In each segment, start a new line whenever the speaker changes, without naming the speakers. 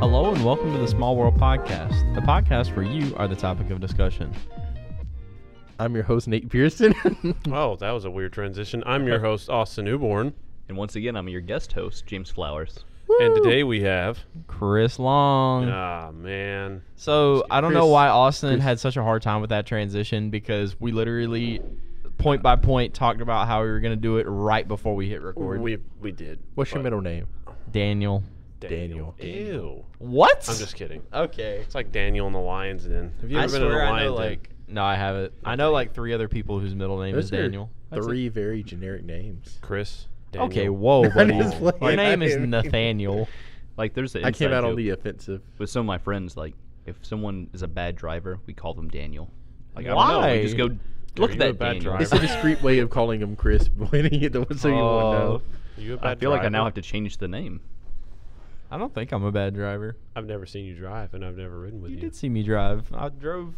Hello and welcome to the Small World Podcast, the podcast where you are the topic of discussion.
I'm your host Nate Pearson.
Oh, that was a weird transition. I'm your host, Austin Newborn,
And once again, I'm your guest host, James Flowers.
and today we have.
Chris Long.
Ah, man.
So I don't know
Chris-
why Austin had such a hard time with that transition because we literally point by point talked about how we were gonna do it right before we hit record.
We we did.
What's your
but-
middle name?
Daniel.
Daniel.
Ew.
What?
I'm just kidding.
okay.
It's like Daniel and the Lions Den. Have you
Uh,
ever
I
been in
swear
a
I
lion
know
den?
like no, I haven't. I know like three other people whose middle name is
Those are
Daniel. That's it.
Three very generic names.
Chris. Daniel.
Okay, whoa, buddy.
just playing.
Your name
I
is
didn't-
Nathaniel.
Like, there's the
I came
inside
out on
joke
the offensive.
with some of my friends. Like, if someone is a bad driver, we call them Daniel. Like, I don't know.
Why?
We just go look at
you a
that
bad
Daniel.
driver?
It's a discreet way of calling him Chris, pointing at the one so you won't
Oh.
know.
You a bad
I feel like I now
driver?
have to change the name.
I don't think I'm a bad driver.
I've never seen you drive, and I've never ridden with you.
You did see me drive. I drove.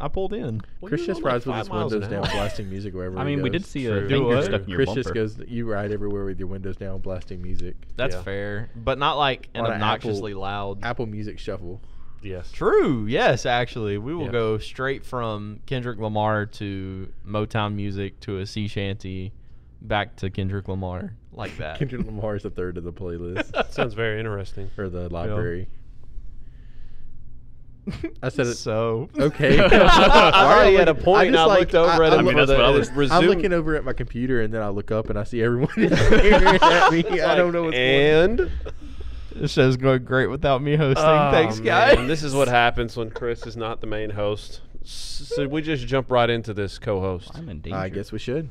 I pulled in.
Well,
Chris
you
just
rode like
rides with
five
his
miles
windows
an
down,
hour.
blasting music wherever.
I
he
mean, we did
goes.
see
True. Do
a finger
what?
stuck in your
Chris
bumper.
just goes. You ride everywhere with your windows down, blasting music.
That's
Yeah.
fair, but not like an
On a
obnoxiously loud.
Apple Music Shuffle.
Yes.
True. Yes, actually, we will
Yeah.
go straight from Kendrick Lamar to Motown music to a sea shanty, back to Kendrick Lamar like that.
Kendrick Lamar is the third of the playlist
Sounds very interesting.
or the library. I said it.
so.
Okay.
I already had a
I
point.
just
And I
like-
looked over at
I
him.
mean,
for
that's what I
the-
was-
I'm
Resume-
looking over at my computer and then I look up and I see everyone is staring at me. I don't know what's going on.
and
This show's going great without me hosting. Thanks,
Oh,
guys.
man, This is what happens when Chris is not the main host. S- So we just jump right into this co-host.
I'm in danger.
I guess we should.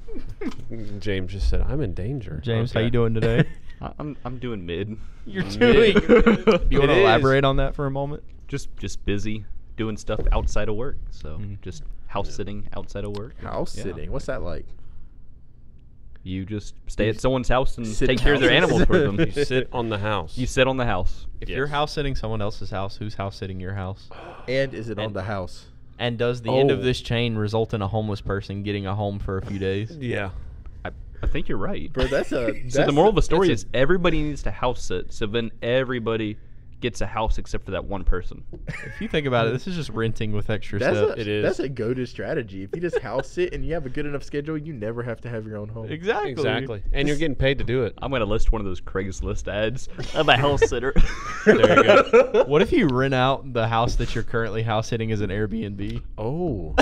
James just said, "I'm in danger."
James, how
Okay.
you doing today?
I- I'm, I'm doing mid.
You're
doing-
Do you want
It
to
is.
elaborate on that for a moment?
just just busy doing stuff outside of work. So
Mm.
just house sitting outside of work.
Mm-hmm. House
Yeah.
sitting. What's that like?
You just stay at someone's house and
Sit
take care of their
down.
animals for them.
You sit on the house.
You sit on the house.
If you're
Yes.
house sitting someone else's house, who's house sitting your house?
And is it on
And-
the house?
And does the end of
Oh.
this chain result in a homeless person getting a home for a few days?
Yeah.
I, I think you're right.
Bro, that's a. That's
so the moral of the story
that's
is everybody needs to house sit. So then everybody gets a house except for that one person.
if you think about it, this is just renting with
A,
extra
that's
stuff.
a,
It is.
That's a go to strategy. If you just house sit and you have a good enough schedule, you never have to have your own home.
exactly.
Exactly. And you're getting paid to do it.
I'm gonna list one of those Craigslist ads. I'm a house sitter.
There you go.
What if you rent out the house that you're currently house sitting as an Airbnb?
Oh.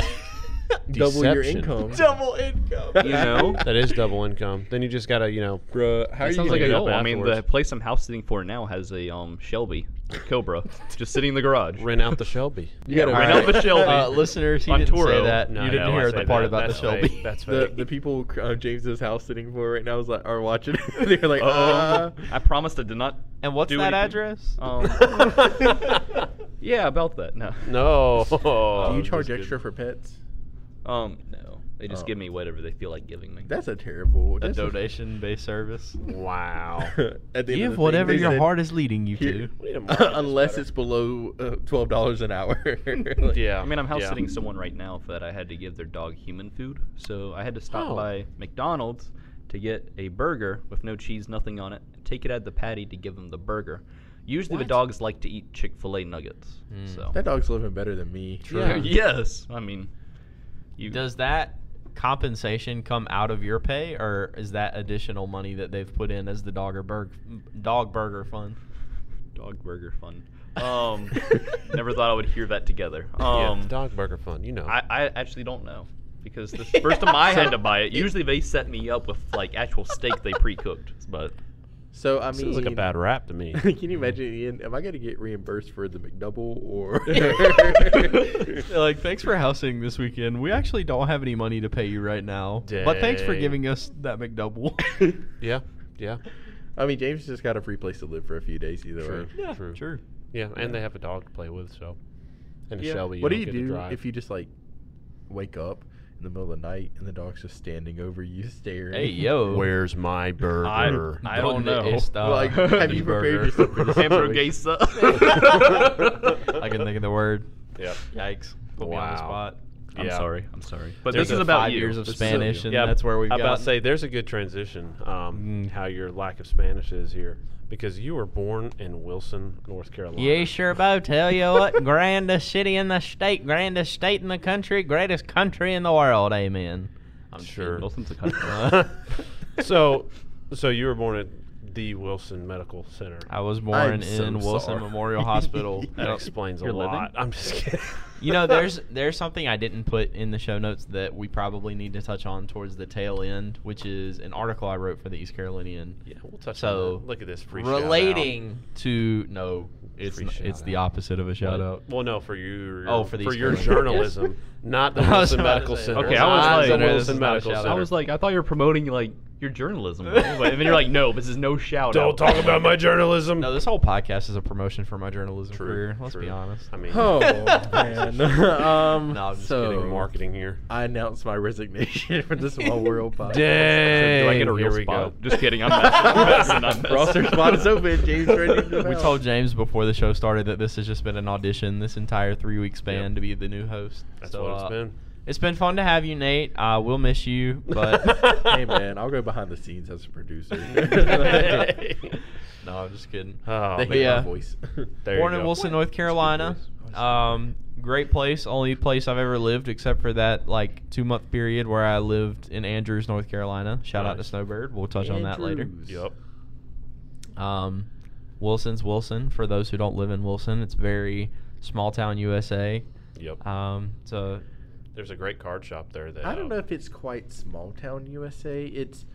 Double your
Deception.
income.
Double income.
You know.
That is double income. Then you just gotta, you know,
Bruh, how
That
are you
sounds like
gonna
a
get
goal.
up
I mean, the
afterwards?
place I'm house sitting for now has a um Shelby Cobra just sitting in the garage.
rent out the Shelby.
You gotta
Yeah, right out the Shelby.
Uh, listeners, he
On
didn't say
Turo.
that.
No,
you
no,
didn't
I
hear
said
the part
that.
about the
That's
Shelby.
Fake. That's
the,
fake.
the people uh, James's house sitting for right now is like are watching it. They're like,
Uh,
Oh.
uh,
I promised I did not.
And what's
do
that
anything.
address?
Um, yeah, about that. No.
no. Oh,
do you
just
charge
kidding.
extra for pets?
Um, no. They just
Oh.
give me whatever they feel like giving me.
That's a terrible
a
that's
donation-based service.
Wow.
At the end of the
Give
thing,
whatever
they
your
said,
heart is leading you
"Here-
to.
We need a market that's
unless
better.
it's below uh, twelve dollars an hour. Like,
Yeah.
I mean, I'm house
yeah.
sitting someone right now that I had to give their dog human food, so I had to stop
Oh.
by McDonald's to get a burger with no cheese, nothing on it. Take it out of the patty to give them the burger. Usually, the dogs like to eat Chick Fil A nuggets.
Hmm.
So
That dog's living better than me.
Yeah.
yes, I mean, you
Does that compensation come out of your pay, or is that additional money that they've put in as the dog or burg, dog burger fund?
dog burger fun. Um, never thought I would hear that together. Um,
yeah, the dog burger fun. You know.
I, I actually don't know because the first time I had to buy it, usually they set me up with like actual steak they pre-cooked. But
So I mean,
Sounds like a bad rap to me.
Can you imagine, Ian? Am I gonna get reimbursed for the McDouble or?
They're like, thanks for housing this weekend. We actually don't have any money to pay you right now, but thanks for
Dang.
giving us that McDouble.
yeah. Yeah.
I mean, James just got a free place to live for a few days either
True.
way.
yeah,
True.
true.
Yeah. And they have a dog to play with, so. And a Shelby.
what do you
don't get to
do
drive.
if you just like wake up in the middle of the night and the dog's just standing over you staring?
Hey yo,
Where's my burger?
I don't
¿Dónde
know.
está
Like, have
mi
you
burger?
prepared yourself for this?
hamburguesa.
I can think of the word.
Yeah.
Yikes! Put me on the
Wow.
spot.
I'm
Yeah.
sorry. I'm sorry. But
There's
this is
a
about
five
you.
years of
This is-
Spanish, and that's where we've
I about
gotten. Mm.
to say there's a good transition. Um, How your lack of Spanish is here because you were born in Wilson, North Carolina.
Yeah, sure, Bo. Tell you what, grandest city in the state, grandest state in the country, greatest country in the world. Amen. I'm
Sure.
Wilson's a country.
so, so you were born at the Wilson Medical Center.
I was born
I'm so
in Wilson
sorry.
Memorial Hospital.
that
Yep.
explains a
You're living?
lot. I'm just kidding.
you know, there's there's something I didn't put in the show notes that we probably need to touch on towards the tail end, which is an article I wrote for the East Carolinian.
yeah, we'll touch
So,
on that. Look at this free shout-out.
Relating to no, it's
Free
n- it's the
shout-out.
opposed of a shout out.
Well, no, for your
Oh, for the
for
East
your
Carolina.
journalism, not the
I was
Wilson
about to
Medical
say,
Center.
Okay, I was
Not
like-
the
Center, this
Wilson
is not a
Medical
shout-out.
Center.
I was like, I thought you were promoting like your journalism, but, and then you're like, no, this is no shout
don't
out.
talk about my journalism.
No, this whole podcast is a promotion for my journalism
True,
career. Let's be
true.
honest.
I mean,
Oh man. um,
No, I'm just
so
getting marketing here.
I announced my resignation for this Small World podcast.
Dang.
Do I get a
here
real
we
spot?
go.
Just kidding. I'm messing. I'm messing. I'm messing.
Roster spot is open. James ready to
We
announce.
told James before the show started that this has just been an audition this entire three week span
Yep.
to be the new host.
That's
So,
what it's
uh,
been.
It's been fun to have you, Nate. Uh, we'll miss you, but
Hey man, I'll go behind the scenes as a producer.
no, I'm just kidding.
Oh,
they
man.
hate
yeah.
my voice.
There
Born
you
in
go.
Wilson, North Carolina.
voice.
Um, great place. Only place I've ever lived, except for that like two month period where I lived in Andrews, North Carolina. Shout out to
Nice.
Snowbird. We'll touch on that later.
Andrews.
Yep.
Um, Wilson's Wilson. For those who don't live in Wilson, it's very small town USA.
Yep.
Um, so
There's a great card shop there. That
I don't
uh,
know if it's quite small town USA. It's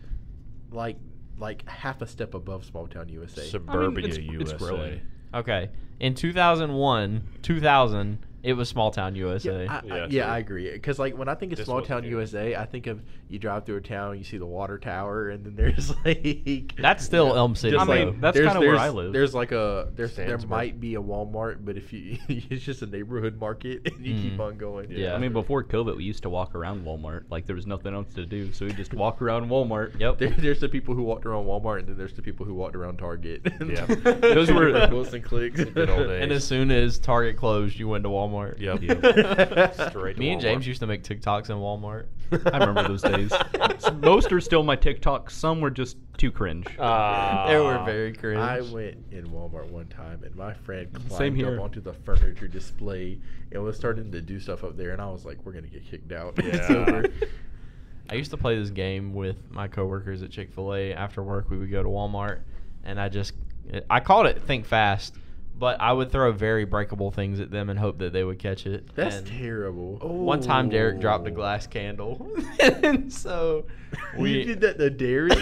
like like half a step above small town USA.
uh, Suburbia,
it's- it's
USA.
growing.
okay, in 2001, 2000, it was small town USA.
Yeah, I,
Yeah,
I, yeah,
true.
I agree. Because like when I think of
This
small
wasn't
town
here.
USA, I think of you drive through a town, you see the water tower, and then there's like
That's still Elm City,
Just
I
mean,
like-
that's
there's-
kinda where I
there's-
live.
There's like a there's there
Sandsburg.
might be a Walmart, but if you it's just a neighborhood market and you
Mm.
keep on going.
Yeah.
I mean, before COVID, we used to walk around Walmart. Like there was nothing else to do, so we just walk around Walmart.
Yep.
There, there's the people who walked around Walmart, and then there's the people who walked around Target.
Yeah.
Those were-
Wilson clicks.
Good old days.
and as soon as Target closed, you went to Walmart.
Yep. Straight to
Me and James
Walmart.
used to make TikToks in Walmart.
I remember those days. S- Most are still my TikToks. Some were just too cringe.
Ah.
they were very cringe.
I went in Walmart one time, and my friend climbed
here.
up onto the furniture display and was starting to do stuff up there, and I was like, "We're gonna get kicked out." it's
Yeah.
over.
I used to play this game with my coworkers at Chick Fil A. After work, we would go to Walmart, and I just I called it "Think Fast," but I would throw very breakable things at them and hope that they would catch it.
That's
And
terrible.
One time, Derek dropped a
Ooh.
glass candle, and so we
you did that to Derek.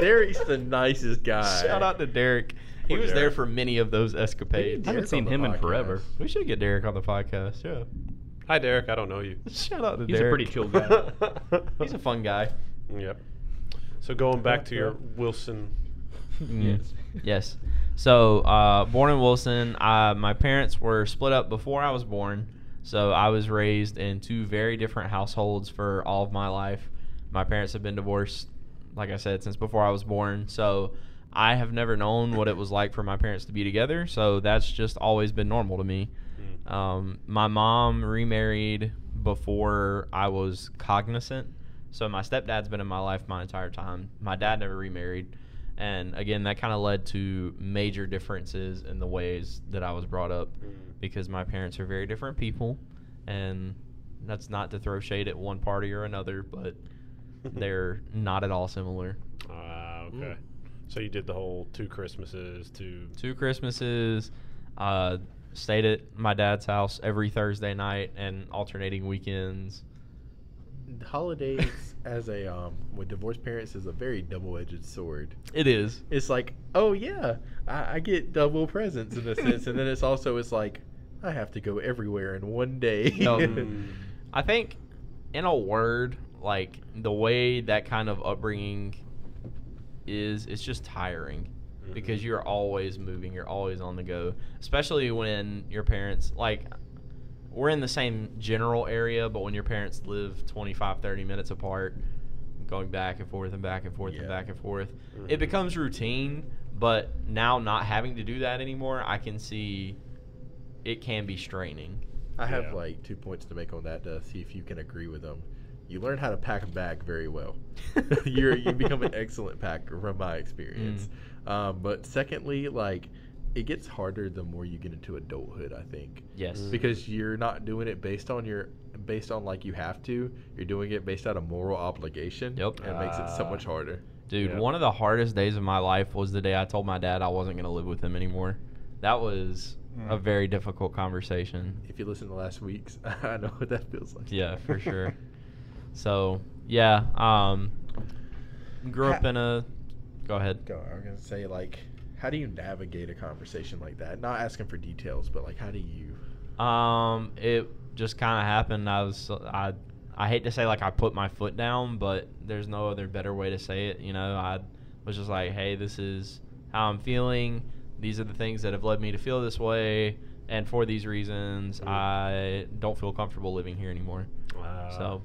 Derek's the nicest guy.
Shout out to Derek. He
Poor
was there
Derek.
for many of those escapades.
I haven't
Derek's
seen
on the
him in
podcast.
forever.
We should get Derek on the podcast. Yeah.
Hi, Derek. I don't know you.
Shout out to
He's a
Derek.
pretty chill guy.
He's a fun guy.
Yep. So going back to your Wilson.
Mm.
Yes.
yes. So, uh, born in Wilson, uh, my parents were split up before I was born. So, I was raised in two very different households for all of my life. My parents have been divorced, like I said, since before I was born. So, I have never known what it was like for my parents to be together. So, that's just always been normal to me.
Mm.
Um, my mom remarried before I was cognizant. So my stepdad's been in my life my entire time. My dad never remarried. And again, that kind of led to major differences in the ways that I was brought up because my parents are very different people. And that's not to throw shade at one party or another, but they're not at all similar.
Ah, okay. So you did the whole two Christmases, two.
two Christmases. Uh, stayed at my dad's house every Thursday night and alternating weekends.
Holidays as a um, with divorced parents is a very double-edged sword.
It is.
It's like, oh yeah, I, I get double presents in a sense, and then it's also it's like I have to go everywhere in one day.
No. I think, in a word, like the way that kind of upbringing is, it's just tiring
Mm-hmm.
because you're always moving, you're always on the go, especially when your parents, like, we're in the same general area, but when your parents live 25, 30 minutes apart, going back and forth and back and forth and
Yeah. Mm-hmm.
back and forth,
Mhm.
it becomes routine. But now, not having to do that anymore, I can see it can be straining.
I have
Yeah.
like two points to make on that to see if you can agree with them. You learn how to pack a bag very well. You're you become an excellent packer from my experience.
Mm.
Um, but secondly, like it gets harder the more you get into adulthood. I think
Yes.
Mm.
because you're not doing it based on your based on like you have to. You're doing it based out of moral obligation.
Yep.
and it makes it so
Ah.
much harder.
Dude,
Yeah.
one of the hardest days of my life was the day I told my dad I wasn't going to live with him anymore. That was a very difficult conversation.
If you listen to last week's, I know what that feels like.
Yeah, for sure. So, yeah, um grew up
Ha-
in a Go ahead.
Go. I was gonna say like, how do you navigate a conversation like that? Not asking for details, but like, how do you?
Um it just kind of happened. I was I I hate to say like I put my foot down, but there's no other better way to say it, you know. I was just like, "Hey, this is how I'm feeling. These are the things that have led me to feel this way." And for these reasons,
Mhm.
I don't feel comfortable living here anymore.
Uh,
so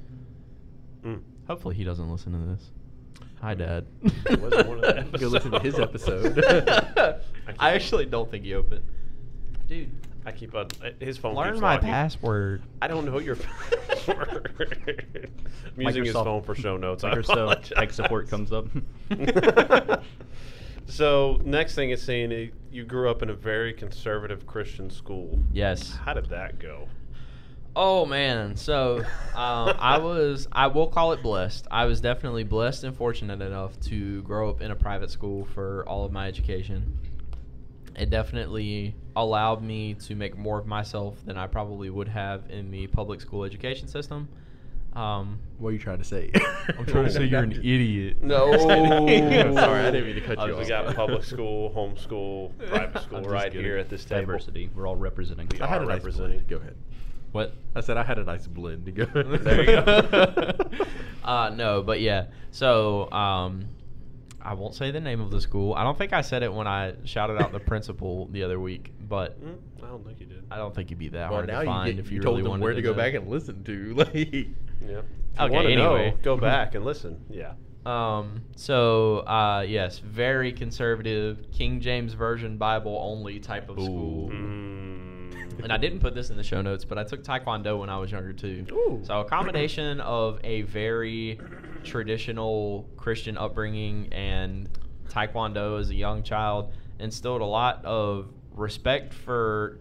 mm.
hopefully he doesn't listen to this. Hi, Dad.
It was one of the
Go listen to his
episodes.
episode.
I actually don't think he opened. Dude,
I keep on his phone.
learn
keeps
my
locking.
password.
I don't know your password. I'm using his
Microsoft-
phone for show notes. I
Microsoft tech support
apologize.
comes up.
so next thing is saying uh, you grew up in a very conservative Christian school.
Yes.
How did that go?
Oh man, so um, I was I will call it blessed. I was definitely blessed and fortunate enough to grow up in a private school for all of my education. It definitely allowed me to make more of myself than I probably would have in the public school education system. Um,
What are you trying to say?
I'm trying to say you're an idiot.
No.
I'm sorry, I didn't mean to cut
Uh,
you off.
We got public school, homeschool, private school
I'm just
right
kidding.
here at this table.
Diversity. We're all representing.
We
I had
are
a nice
representing.
blend. Go ahead.
What?
I said I had a nice blend to go.
There you go.
uh, no, but yeah. So um, I won't say the name of the school. I don't think I said it when I shouted out the principal the other week, but
Mm, I don't think you did.
I don't think it'd be that
Hmm? well,
hard
now
to
you,
find
get,
if
you,
you,
told
really
them
wanted
where
to
to go
know.
back and listen to. Like,
Yeah.
Okay,
want to know,
anyway.
go back and listen. Yeah.
Um, so uh, yes, very conservative King James Version Bible only type of school.
Hmm.
Mm.
And I didn't put this in the show notes, but I took Taekwondo when I was younger too.
Ooh.
So a combination of a very traditional Christian upbringing and Taekwondo as a young child instilled a lot of respect for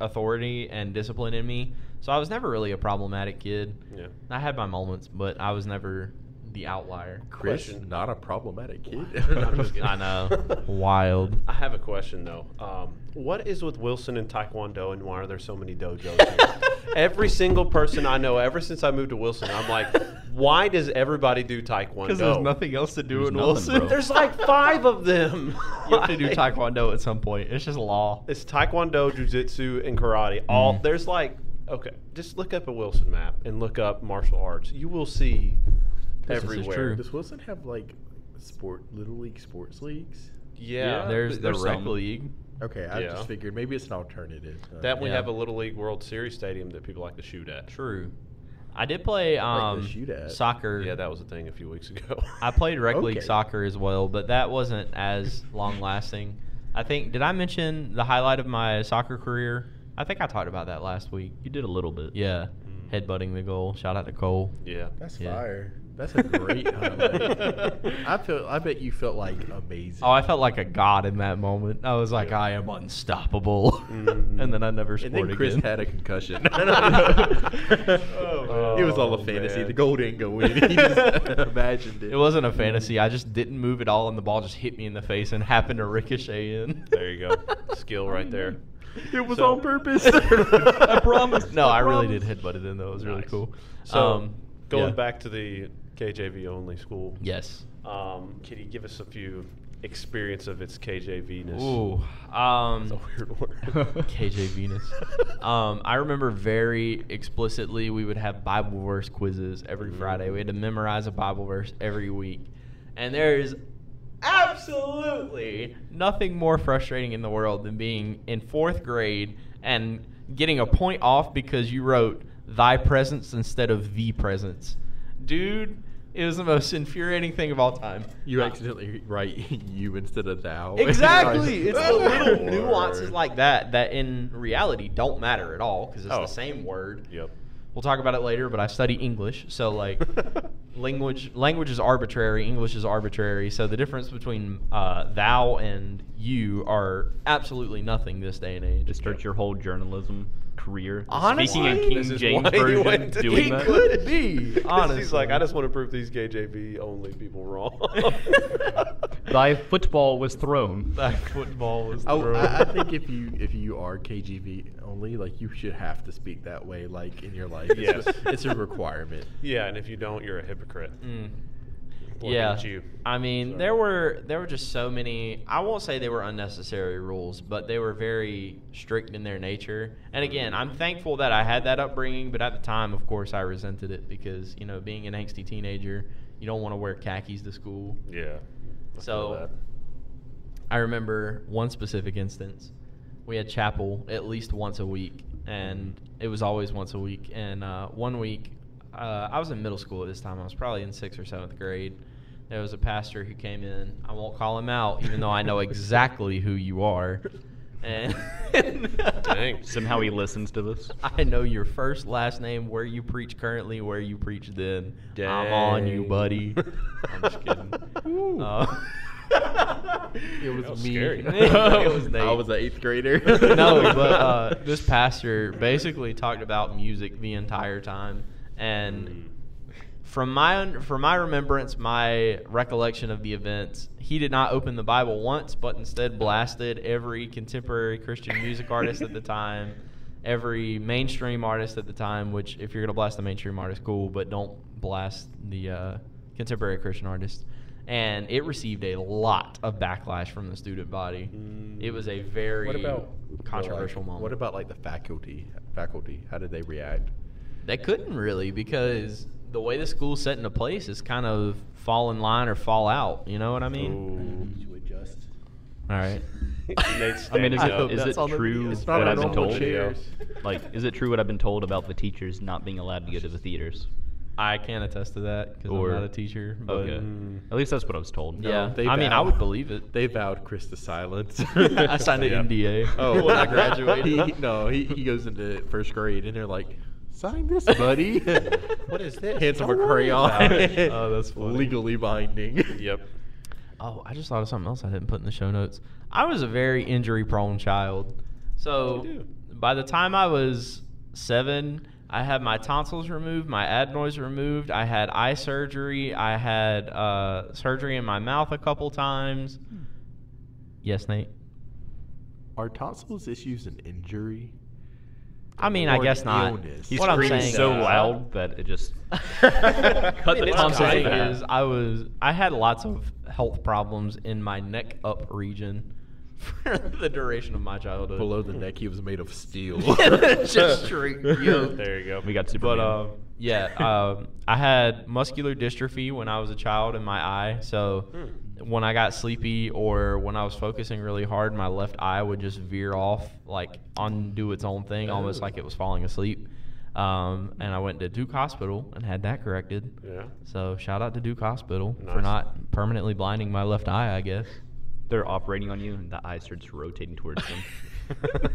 authority and discipline in me. So I was never really a problematic kid.
Yeah.
I had my moments, but I was never the outlier.
Chris,
Question.
not a problematic kid.
I'm just kidding.
I know. Wild.
I have a question though. Um, what is with Wilson and Taekwondo, and why are there so many dojos? Here? Every single person I know, ever since I moved to Wilson, I'm like, why does everybody do Taekwondo?
else to do
There's in nothing, Wilson. bro.
There's like five of them.
you have to do Taekwondo at some point. It's just law.
It's Taekwondo, Jiu-Jitsu, and Karate. All
Mm-hmm.
there's like okay, just look up a Wilson map and look up martial arts. You will see
This is
everywhere.
true.
Does Wilson have like sport little league sports leagues?
Yeah,
There's
but
the rec
some.
league.
Okay, I
Yeah.
just figured maybe it's an alternative. Uh,
That we
Yeah.
have a Little League World Series stadium that people like to shoot at.
True. I did play um,
shoot at.
soccer.
Yeah, that was a thing a few weeks ago.
I played rec league
Okay.
soccer as well, but that wasn't as long lasting. I think did I mention the highlight of my soccer career? I think I talked about that last week.
You did a little bit.
Yeah,
Mm.
headbutting the goal. Shout out to Cole.
Yeah.
That's
Yeah.
fire. That's a great highlight. I feel. I bet you felt like amazing.
Oh, I felt like a god in that moment. I was like, I am unstoppable.
Mhm.
and then I never
and
scored
then Chris
again.
had a concussion.
Oh,
it was all a
man.
fantasy. The goal didn't go in. He just imagined it.
It wasn't a fantasy. I just didn't move at all, and the ball just hit me in the face and happened to ricochet in.
There you go. Skill right there.
It was
So-
on purpose.
I
I
promise. No, I, really
promise.
did headbutt it in though. It was really
Nice.
cool.
So
Um, yeah.
going back to the KJV only school.
Yes.
Um, can you give us a few experience of its KJV-ness?
Ooh. Um,
That's a weird word.
KJ Venus. Um, I remember very explicitly we would have Bible verse quizzes every Friday. We had to memorize a Bible verse every week. And there is absolutely nothing more frustrating in the world than being in fourth grade and getting a point off because you wrote thy presence instead of the presence. Dude, It was the most infuriating thing of all time.
You accidentally write you instead of thou.
Exactly. It's the little
Word.
nuances like that that in reality don't matter at all because it's
Oh.
the same word.
Yep.
We'll talk about it later, but I study English, so like language language is arbitrary, English is arbitrary. So the difference between uh, thou and you are absolutely nothing this day and age.
Just start your whole journalism career
Honestly,
speaking
this
in King
is
James
why he
version
went to
doing
He
that.
could be.
Honestly.
Honestly,
He's like, I just want to prove these gay JV only people wrong.
Thy football was thrown.
that football was.
I,
thrown.
Oh, I- I think if you if you are KGV only, like you should have to speak that way, like in your life. It's,
Yes.
it's a requirement.
yeah, and if you don't, you're a hypocrite.
Mm.
Look
yeah,
at you.
I mean,
So-
there were there were just so many. I won't say they were unnecessary rules, but they were very strict in their nature. And again, I'm thankful that I had that upbringing, but at the time, of course, I resented it because you know, being an angsty teenager, you don't want to wear khakis to school.
Yeah. I
So-
feel that.
I remember one specific instance. We had chapel at least once a week, and it was always once a week. And uh, one week, uh, I was in middle school at this time. I was probably in sixth or seventh grade. There was a pastor who came in. I won't call him out, even though I know exactly who you are. And
Dang.
Somehow he listens to this.
I know your first, last name, where you preach currently, where you preach then. I'm on you,
Dang.
buddy. I'm just kidding.
Ooh.
Uh,
It was,
That was
me.
scary.
It was Nate.
I was an eighth grader.
no, but uh, this pastor basically talked about music the entire time, and from my un- from my remembrance, my recollection of the events, he did not open the Bible once, but instead blasted every contemporary Christian music artist at the time, every mainstream artist at the time. Which, if you're gonna blast the mainstream artist, cool, but don't blast the uh, contemporary Christian artists. And it received a lot of backlash from the student body.
Mm.
It was a very
What about
controversial
like,
moment.
What about like the faculty? Faculty, how did they react?
They couldn't really because the way the school's set into place is kind of fall in line or fall out. You know what I mean?
to adjust.
All right.
Nate's
I mean,
standing
is
up.
it, is
that's
it
on the video.
true
It's
what
a
I've been
normal
told?
chair.
Like, is it true what I've been told about the teachers not being allowed to go to the theaters?
I can attest to that because I'm
Or-
not a teacher. But
Okay.
Mm.
At least that's what I was told.
yeah,
Mm. No, they
I mean, I
vow.
would believe it.
They vowed Chris to silence.
I signed an
Yeah.
NDA.
Oh,
when I graduated.
He, no, he, he goes into first grade and they're like, sign this, buddy.
What is this?
Hands him a
Don't worry
crayon.
about it. Oh, that's funny.
Legally binding.
Yep.
Oh, I just thought of something else I didn't put in the show notes. I was a very injury prone child.
What did
So
you
by the time I was seven, I had my tonsils removed, my adenoids removed, I had eye surgery, I had uh, surgery in my mouth a couple times.
Hmm.
Yes, Nate.
Are tonsils issues an injury?
I mean, I
Or
guess not.
illness.
He's
what I'm
screaming
saying
so
is-
loud that it just.
Cut
the
what I'm
tonsils
saying
out.
is I was I had lots of health problems in my neck up region for the duration of my childhood.
Below the neck, he was made of steel.
just straight yoked.
There you go.
We got Superman.
But um, yeah, um, I had muscular dystrophy when I was a child in my eye. So when I got sleepy or when I was focusing really hard, my left eye would just veer off, like undo its own thing, almost like it was falling asleep. Um, and I went to Duke Hospital and had that corrected.
Yeah.
So shout out to Duke Hospital for
Nice.
not permanently blinding my left eye, I guess.
They're operating on you, and the eye starts rotating towards them.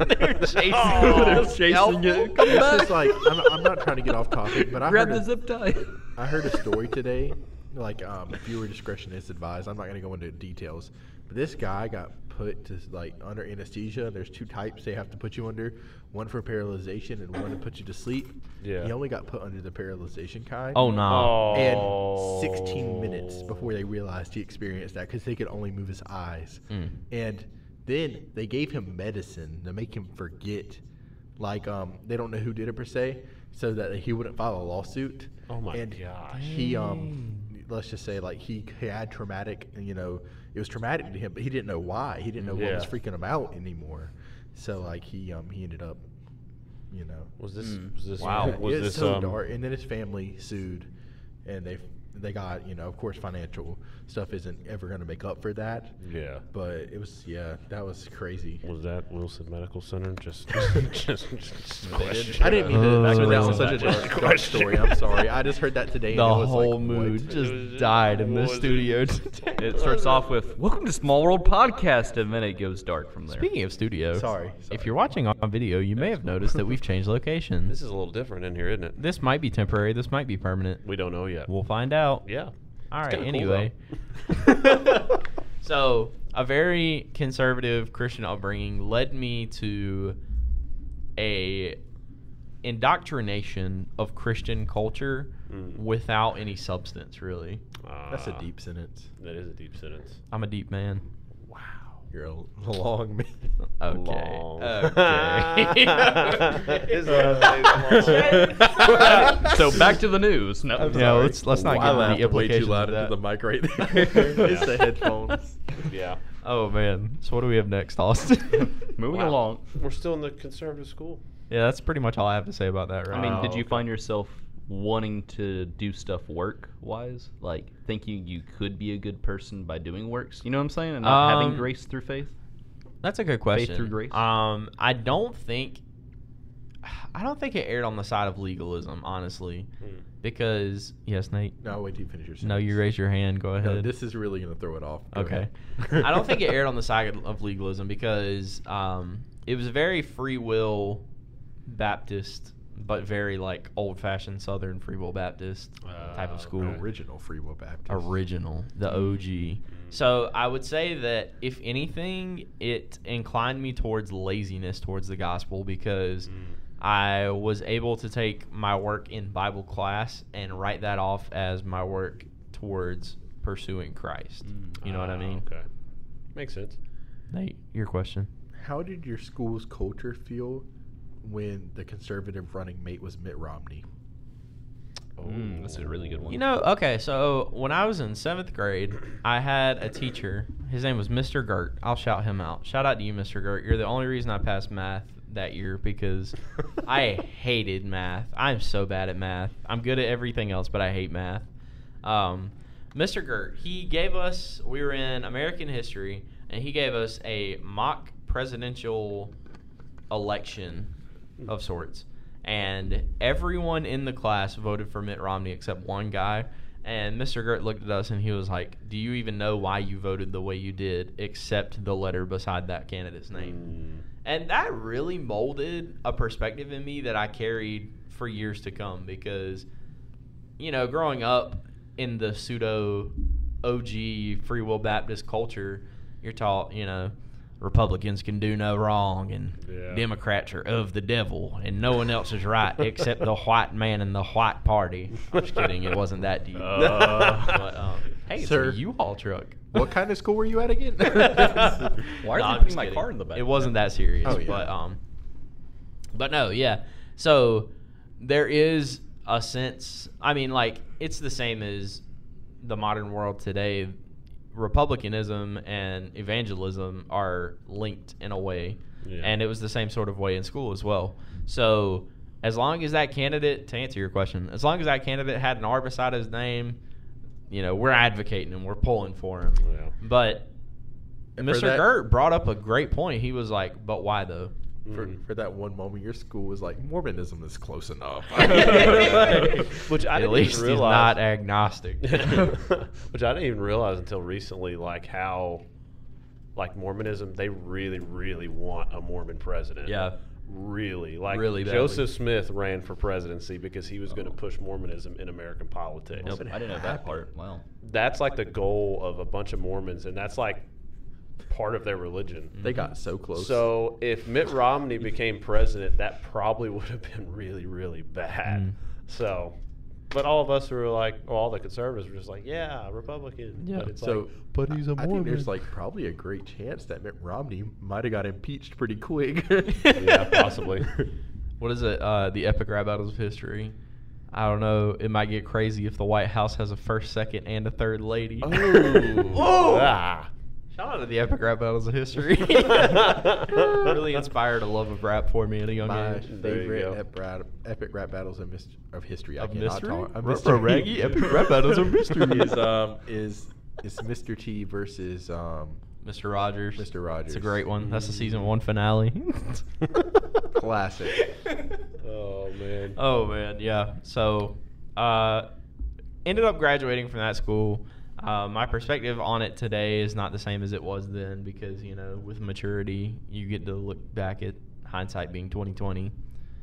They're chasing
Oh,
you.
they're
chasing you.
Come
It's
back.
just like I'm, I'm not trying to get off topic, but I
Grab
heard
the zip tie.
I heard a story today. Like, um, viewer discretion is advised. I'm not going to go into details. But this guy got put to like under anesthesia. There's two types they have to put you under: one for paralyzation and one to put you to sleep.
Yeah.
He only got put under the paralyzation kind.
Oh no.
And
Oh.
16 minutes before they realized he experienced that because they could only move his eyes.
Mm.
And then they gave him medicine to make him forget. Like, um, they don't know who did it per se, so that he wouldn't file a lawsuit.
Oh my
and
gosh.
He, um, let's just say, like, he had traumatic, you know, it was traumatic to him, but he didn't know why. He didn't know what
Yeah.
was freaking him out anymore. So, like, he, um, he ended up, you know.
Was this? Was this?
Mm. Wow.
Was
it's
this?
so
um,
dark. And then his family sued, and they they got you know of course financial stuff isn't ever going to make up for that
Yeah.
but it was yeah that was crazy
Was that Wilson Medical Center? Just, just, just
They did
question.
I didn't mean to.
Uh,
that
that
was
was
such a
that
dark, dark story. I'm sorry. I just heard that today. and
The
it was
whole
like,
mood
what?
just
was-
died in the
what was it?
studio today.
It starts off with "Welcome to Small World Podcast," and then it goes dark from there.
Speaking of studio,
Sorry,
If
sorry.
you're watching on video, you may have noticed that we've changed locations.
This is a little different in here, isn't it?
This might be temporary. This might be permanent.
We don't know yet.
We'll find out.
yeah.
All
It's
right.
kinda cool, though.
Anyway, so a very conservative Christian upbringing led me to a indoctrination of Christian culture
Mm.
without any substance. Really,
Mm. That's a
Ah,
deep sentence.
That is a deep sentence.
I'm a deep man.
Wow.
You're a a long man.
Okay.
Long.
Okay.
His ass is long.
so back to the news. No,
I'm
Yeah,
sorry.
let's- let's not
I
get into
laughed
the
way too
implications
loud
of that.
into the mic right there. it's the headphones.
Yeah.
Oh man. So what do we have next, Austin?
Moving
Wow.
along.
We're still in the conservative school.
yeah, that's pretty much all I have to say about that. Right.
I mean,
now.
did you find yourself wanting to do stuff work wise, like thinking you could be a good person by doing works? You know what I'm saying? And not
Um,
having grace through faith.
That's a good question.
through grace?
Um, I don't think, I don't think it aired on the side of legalism, honestly,
Hmm.
because yes, Nate.
No, wait till you finish your sentence.
No, you raise your hand. Go
No,
ahead.
this is really gonna throw it off. Go
Okay.
ahead.
I don't think it aired on the side of legalism because um, it was very free will Baptist, but very like old fashioned Southern free will Baptist type
Uh,
of school.
Oh, Original Free Will Baptist.
original, the
Mm.
OG. So I would say that if anything, it inclined me towards laziness towards the gospel
Mm.
because I was able to take my work in Bible class and write that off as my work towards pursuing Christ. You know what I
Ah,
mean?
Okay. Makes sense.
Nate, your question.
How did your school's culture feel when the conservative running mate was Mitt Romney?
Mm, this is a really good one.
You know, okay, so when I was in seventh grade, I had a teacher. His name was Mr. Gert. I'll shout him out. Shout out to you, Mr. Gert. You're the only reason I passed math that year because I hated math. I'm so bad at math. I'm good at everything else, but I hate math. Um, Mr. Gert, he gave us, we were in American history, and he gave us a mock presidential election of sorts. And everyone in the class voted for Mitt Romney except one guy. And Mr. Gert looked at us and he was like, Do you even know why you voted the way you did, except the letter beside that candidate's
Mm,
name? And that really molded a perspective in me that I carried for years to come because, you know, growing up in the pseudo OG free will Baptist culture, you're taught, you know, Republicans can do no wrong and Democrats.
Yeah.
Democrats are of the devil and no one else is right except the white man and the white party. I'm just kidding. It wasn't that deep.
Uh,
but, um, hey, it's
Sir.
a U-Haul truck.
What kind of school were you at again?
Why
No,
are they
I'm
putting
just
my
kidding.
car in the back?
It wasn't that serious,
Oh, yeah.
but um, but no, yeah. So there is a sense. I mean, like it's the same as the modern world today. Republicanism and evangelism are linked in a way,
Yeah.
and it was the same sort of way in school as well. So as long as that candidate, to answer your question, as long as that candidate had an R beside his name, you know, we're advocating and we're pulling for him.
Yeah.
But
And for
Mr.
that-
Gert brought up a great point. He was like, "But why though?"
for, for that one moment, your school was like Mormonism is close enough.
Which I
At
didn't
least he's
even realize.
not agnostic.
mm. which I didn't even realize until recently, like how, like Mormonism, they really, really want a Mormon president.
Yeah.
Really, like
Really badly. Oh.
Joseph Smith ran for presidency because he was going to push Mormonism in American politics.
Nope, I didn't know that part. Wow.
That's like the goal of a bunch of Mormons, and that's like part of their religion.
they got so close.
So if Mitt Romney became president, that probably would have been really, really bad.
Mm.
So, but all of us who were like, or all the conservatives were just like, yeah, Republican.
Yeah.
But it's
So,
But he's a
I think
Mormon.
there's like probably a great chance that Mitt Romney might have got impeached pretty quick.
like, yeah, possibly.
What is it? Uh, the epic rap battles of history. I don't know. It might get crazy if the White House has a first, second, and a third lady.
Ooh. Ah.
Shout out to the epic rap battles of history. really inspired a love of rap for me at a young
My
age.
There you
favorite
go.
epic rap, epic rap battles of, mis- of history. I
Of
cannot
mystery?
talk- of
Ra-
mystery.
Reggie epic rap battles of mystery.
is um is is Mr. T versus um
Mr. Rogers.
Mr. Rogers.
It's a great one. That's the season one finale.
Classic.
Oh man.
Oh man, yeah. So, uh, ended up graduating from that school. Uh, my perspective on it today is not the same as it was then because you know, with maturity, you get to look back at hindsight being twenty twenty.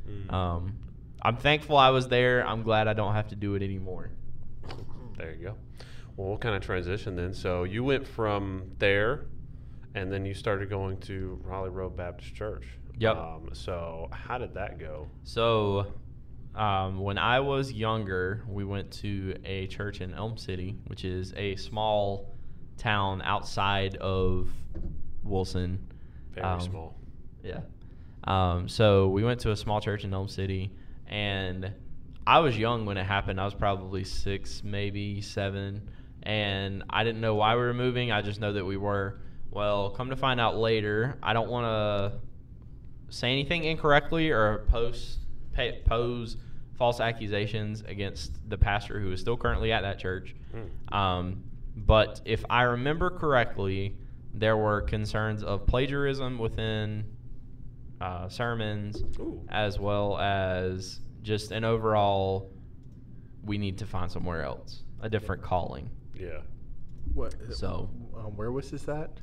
Mm.
Um, I'm thankful I was there. I'm glad I don't have to do it anymore.
There you go. Well, what kind of transition then? So you went from there, and then you started going to Raleigh Road Baptist Church.
Yep.
Um, so how did that go?
So, um, when I was younger, we went to a church in Elm City, which is a small town outside of Wilson.
Very
Um,
small.
Yeah. Um, so we went to a small church in Elm City, and I was young when it happened. I was probably six, maybe seven, and I didn't know why we were moving. I just know that we were. Well, come to find out later, I don't want to say anything incorrectly or post pa- pose false accusations against the pastor who is still currently at that church.
Mm.
Um, but if I remember correctly, there were concerns of plagiarism within uh, sermons,
Ooh.
as well as just an overall, we need to find somewhere else, a different calling.
Yeah.
What?
So-
um, where was this at?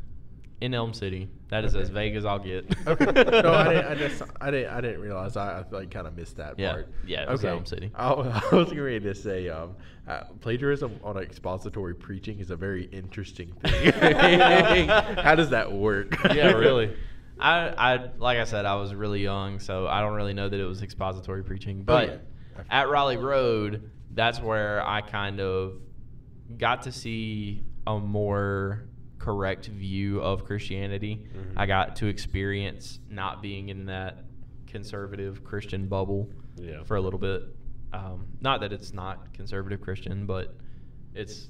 In Elm City, that is as vague as I'll get.
Okay. no, I didn't. I just I didn't. I didn't realize. I, I like kind of missed that
Yeah.
part.
Yeah, it was Elm City.
I, I was getting ready to say um, uh, plagiarism on expository preaching is a very interesting thing. How does that work?
yeah, really. I, I, like I said, I was really young, so I don't really know that it was expository preaching. But
Oh, yeah.
at Raleigh Road, that's where I kind of got to see a more correct view of Christianity.
Mm-hmm.
I got to experience not being in that conservative Christian bubble
Yeah.
for a little bit. Um, not that it's not conservative Christian, but it's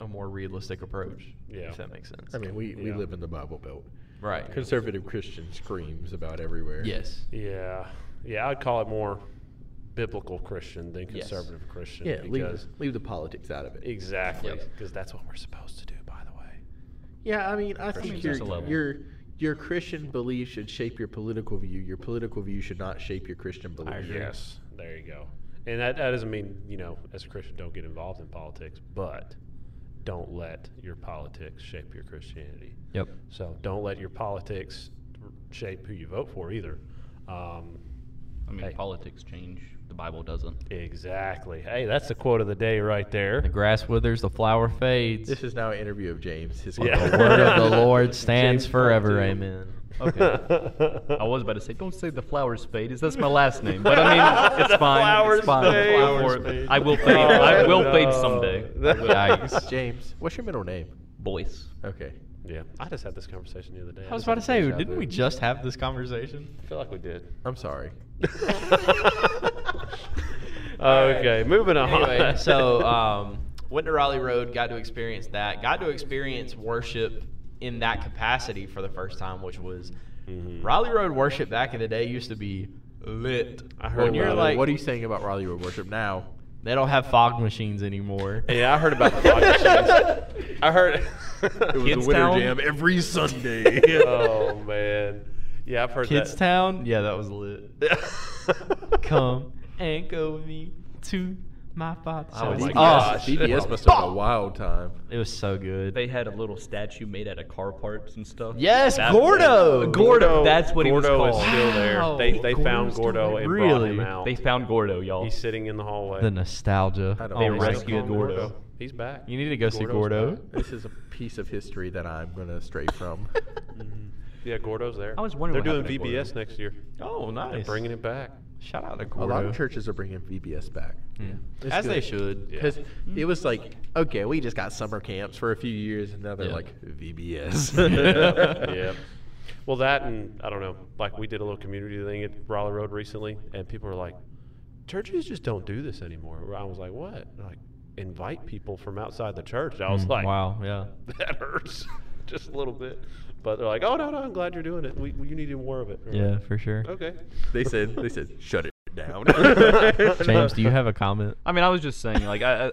a more realistic approach.
Yeah.
if that makes sense.
I mean, we, we
Yeah.
live in the Bible Belt.
right?
Conservative Christian screams about everywhere.
Yes.
Yeah. Yeah. I'd call it more biblical Christian than
Yes.
conservative Christian.
Yeah. Leave,
Because
leave the politics out of it.
exactly.
Yep.
Because that's what we're supposed to do. By the way.
Yeah, I mean, I think
Christians
your
is a level.
your your Christian belief should shape your political view. Your political view should not shape your Christian belief.
Yes. There you go. And that, that doesn't mean, you know, as a Christian, don't get involved in politics, but don't let your politics shape your Christianity.
Yep.
So don't let your politics r- shape who you vote for either. Um,
I mean,
Hey.
politics change. The Bible doesn't.
exactly. Hey, that's the quote of the day right
The
there.
grass withers, the flower fades.
This is now an interview of James. His
Yeah.
the word of the Lord stands
James
forever.
14.
Amen.
Okay. I was about to say, don't say the flowers fade. Is that's my last name? But I mean, it's
The
fine.
flowers
it's fine.
fade. Oh,
Go for
Flowers
it.
fade.
I will fade. Oh, I will fade someday.
Yikes.
James, what's your middle name?
Boys.
Okay.
Yeah, I just had this conversation the other day.
I was about to say,
James out
didn't
there.
we just have this conversation?
I feel like we did.
I'm sorry.
okay, moving on.
Anyway, so um, went to Raleigh Road, got to experience that, got to experience worship in that capacity for the first time, which was Raleigh Road worship back in the day used to be lit.
I heard
when you're
Well,
like,
what are you saying about Raleigh Road Worship now?
they don't have fog machines anymore.
yeah, I heard about the fog machines. I heard.
Kids Town?
every Sunday.
oh man, yeah, I've heard
Kids
that.
Town, yeah, that was lit. Come and go with me to my father's
Oh
house. Ah,
my gosh.
DBS, DBS must have been a wild time.
It was so good.
They had a little statue made out of car parts and stuff.
yes,
That-
Gordo.
Gordo. That's what
Gordo
he
is
was called.
still there.
Wow.
They, they found
Gordo's still
Gordo
there.
and brought
Really?
him out.
They found Gordo, y'all.
He's sitting in the hallway.
The nostalgia.
I don't
They
know.
They still
rescued
call him
Gordo.
He's back.
You need to go see
Gordo's
Gordo.
back.
This is a piece of history that I'm going to stray from.
Yeah, Gordo's there.
I was wondering
They're
what
doing
happened to
VBS next year.
Oh, nice.
They're bringing it back.
Shout out to
a
Gordo.
lot of churches are bringing VBS back.
Mm.
It's
As they
good.
should.
Yeah.
Because it was like, okay, we just got summer camps for a few years, and now they're
Yeah.
like VBS.
yeah. Well, that and I don't know. Like we did a little community thing at Raleigh Road recently, and people were like, "Churches just don't do this anymore." I was like, "What?" They're like, invite people from outside the church. I was
Mm,
like,
wow, yeah.
that hurts just a little bit. But they're like, oh no, no, I'm glad you're doing it. We, we you need to do more of it. We're
Yeah,
like,
for sure.
Okay.
They said they said shut it down.
James, do you have a comment?
I mean, I was just saying, like, I, I,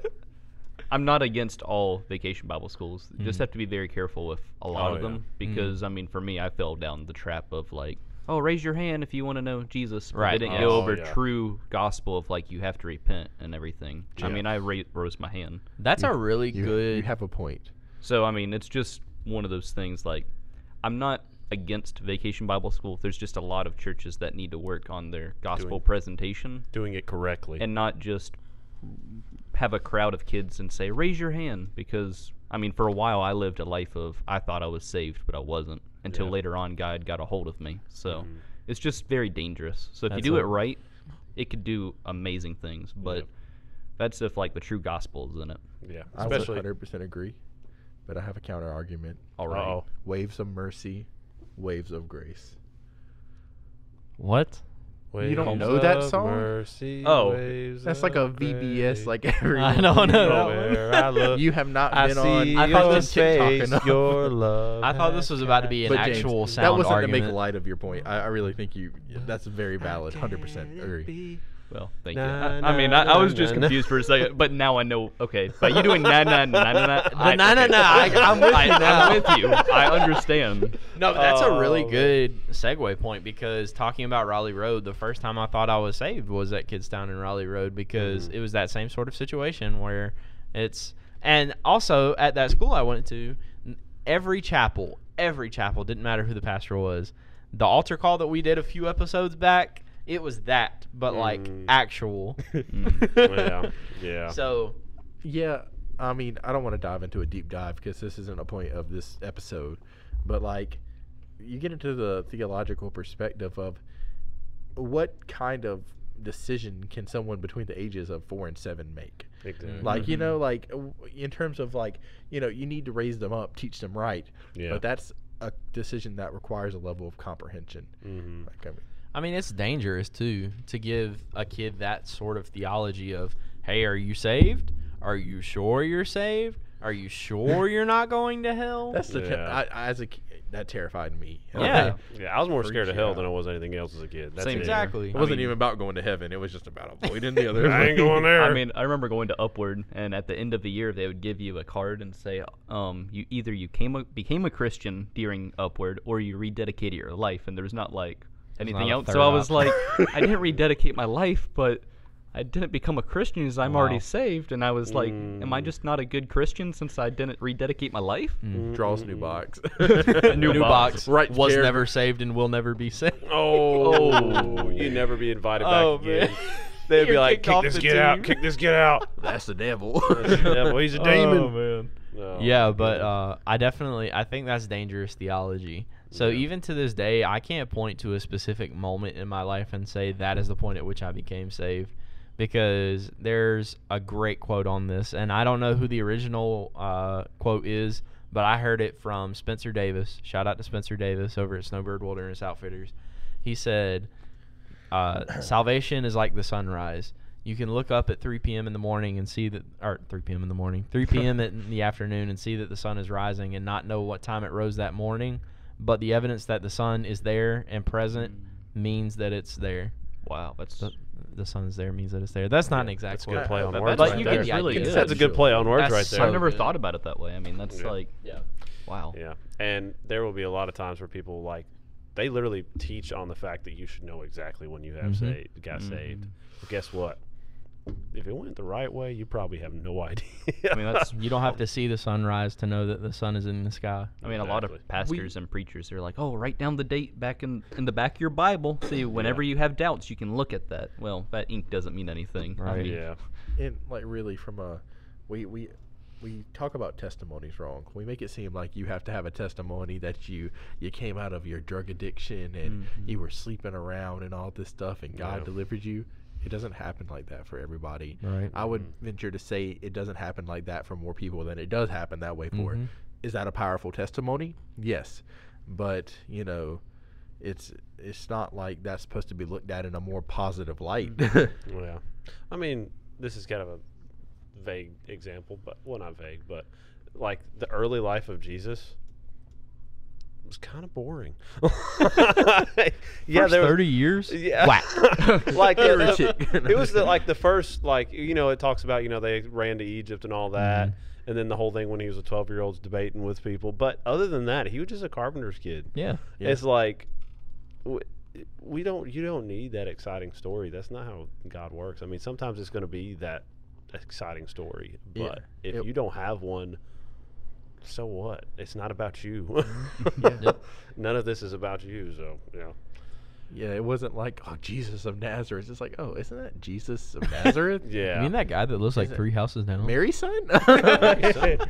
I'm not against all vacation Bible schools. You Just
Mhm.
have to be very careful with a lot
Mm-hmm. Oh,
of
yeah.
them because, I mean, for me, I fell down the trap of like, oh, raise your hand if you want to know Jesus. But
Right,
They didn't
yeah.
go
Oh,
over
yeah.
true gospel of like you have to repent and everything. I
Yeah.
mean, I ra- rose my hand.
That's a really
you,
good.
You have a point.
So I mean, it's just one of those things. Like, I'm not against Vacation Bible School. There's just a lot of churches that need to work on their gospel
Doing-
presentation
Doing it correctly.
and not just have a crowd of kids and say raise your hand because I mean, for a while I lived a life of I thought I was saved, but I wasn't until
Yeah.
later on God got a hold of me. So it's just very dangerous. So if
Mm-hmm. That's
you do
a-
it right, it could do amazing things. But
Yeah.
that's if like the true gospel is in it.
Mm, yeah.
I
Especially.
would 100% agree, but I have a counter argument.
All right.
Uh-oh.
Waves of mercy, waves of grace.
what?
You don't
Waves
know that
of
song?
mercy,
Oh.
waves
That's like a
of
VBS,
grace.
like every.
I don't know that one.
Nowhere I look,
You have not
I
been
see
on.
I thought
your
this-
TikTok
face,
enough.
your love.
I thought this was about to be an
But James,
actual sound
that wasn't
argument.
to make light of your point. I, I really think you. That's very valid. 100% agree.
Well, thank you.
Na,
I, I
na,
mean, I, I
na,
was just
na, na.
confused for a second, but now I know. Okay, by you doing na na na na na, I-
na, na,
okay.
na, I- I'm with
I,
you now.
I'm with you. I understand.
No, but that's a really
Oh.
good segue point because talking about Raleigh Road, the first time I thought I was saved was at Kidstown and Raleigh Road because
Mm-hmm.
it was that same sort of situation where it's and also at that school I went to, n- every chapel, every chapel didn't matter who the pastor was, the altar call that we did a few episodes back, it was that, but like
Mm.
actual.
yeah, yeah.
So
Yeah, I mean, I don't want to dive into a deep dive because this isn't a point of this episode, but like, you get into the theological perspective of what kind of decision can someone between the ages of four and seven make?
Mm-hmm.
Exactly.
Like, you know, like w- in terms of like, you know, you need to raise them up, teach them right,
yeah.
but that's a decision that requires a level of comprehension.
mm-hmm.
Like, I mean,
I mean, it's dangerous too to give a kid that sort of theology of, "Hey, are you saved? Are you sure you're saved? Are you sure you're not going to hell?"
that's the ter-
Yeah.
I, I- as a ki- that terrified me. And I was
yeah,
like,
Yeah, I was more scared of
Freaks
hell
you
than I
out.
was anything else as a kid. That's
Same
it.
exact-
exactly.
it wasn't
mean-
even about going to heaven. It was just about avoiding the other.
I ain't going there.
I mean, I remember going to Upward, and at the end of the year, they would give you a card and say, um, you either you came a, became a Christian during Upward, or you rededicated your life, and there's not like
not
anything
a
else.
third
So I was
option.
like, I didn't rededicate my life, but. I didn't become a Christian as I'm
Wow.
already saved, and I was like, "Am I
Mm.
just not a good Christian since I didn't rededicate my life?"
Mm-hmm.
Draws
Mm.
new box.
new, box,
Right
was
there.
never saved and will never be saved.
Oh, you never be invited back
Oh,
again.
man.
They'd be
You're
like,
kicked
kick
off
this
the
kid out,
team."
kick Oh, this kid out.
That's the devil.
yeah, well, he's a demon.
man.
Oh,
yeah,
my
but
goodness.
uh, I definitely I think that's dangerous theology. So
Yeah.
even to this day, I can't point to a specific moment in my life and say that is the point at which I became saved, because there's a great quote on this, and I don't know who the original uh, quote is, but I heard it from Spencer Davis. Shout out to Spencer Davis over at Snowbird Wilderness Outfitters. He said, uh, salvation is like the sunrise. You can look up at 3 p.m. in the morning and see that, or 3 p.m. in the morning, 3 p.m. in the afternoon and see that the sun is rising and not know what time it rose that morning. But the evidence that the sun is there and present means that it's there.
Wow, that's
The, the sun is there means that it's there. That's not an exact
That's a
quote.
good play on
That-
words.
that's
right
you
there.
get the really idea.
That's a good play on words
That's
right there.
so
I've never
good.
thought about it that way. I mean, that's
Yeah.
like,
Yeah.
wow.
Yeah, and there will be a lot of times where people like they literally teach on the fact that you should know exactly when you have
Mhm.
saved, got saved. But guess what? If it went the right way, you probably have no idea.
I mean, that's
You don't have to see the sunrise to know that the sun is in the sky.
I mean, a lot
Exactly.
of pastors and preachers are like, "Oh, write down the date back in in the back of your Bible. See, whenever you have doubts, you can look at that." Well, that ink doesn't mean anything. I
Right.
mean,
yeah,
and like really from a we we we talk about testimonies wrong. We make it seem like you have to have a testimony that you you came out of your drug addiction and you were sleeping around and all this stuff and God
Yeah.
delivered you. It doesn't happen like that for everybody.
Right.
I would venture to say it doesn't happen like that for more people than it does happen that way for.
Mhm.
Is that a powerful testimony? Yes, but you know, it's it's not like that's supposed to be looked at in a more positive light.
yeah. I mean, this is kind of a vague example, but well, not vague, but like the early life of Jesus was kind of boring. yeah,
First
there was-
thirty years.
yeah.
Whack.
like yeah,
Every
the-
chick.
it was the, like the first like you know it talks about you know they ran to Egypt and
Mm-hmm.
all that, and then the whole thing when he was a twelve year old debating with people. But other than that, he was just a carpenter's kid.
Yeah.
Yeah.
It's like w- we don't you don't need that exciting story. That's not how God works. I mean, sometimes it's going to be that exciting story, but
Yeah.
if
Yep.
you don't have one, so what? It's not about you.
Mm-hmm. Yep.
None of this is about you. So yeah.
Yeah, it wasn't like, oh, Jesus of Nazareth. It's like, oh, isn't that Jesus of Nazareth?
Yeah.
You mean that guy that lives like
Is it
three houses down?
Mary's son?
that,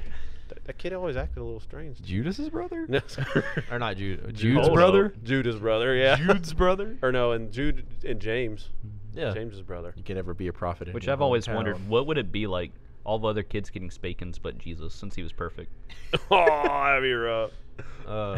that kid always acted a little strange.
Judas's brother?
No.
Or not Jude?
Oh,
Jude's
no.
brother?
Judah's brother, yeah.
Jude's brother?
Or no, and Jude and James.
Yeah.
James's brother.
you can never be a prophet. In
Which
your
I've always
hometown.
wondered, what would it be like all the other kids getting spankings but Jesus since he was perfect?
oh, that'd be rough.
Uh,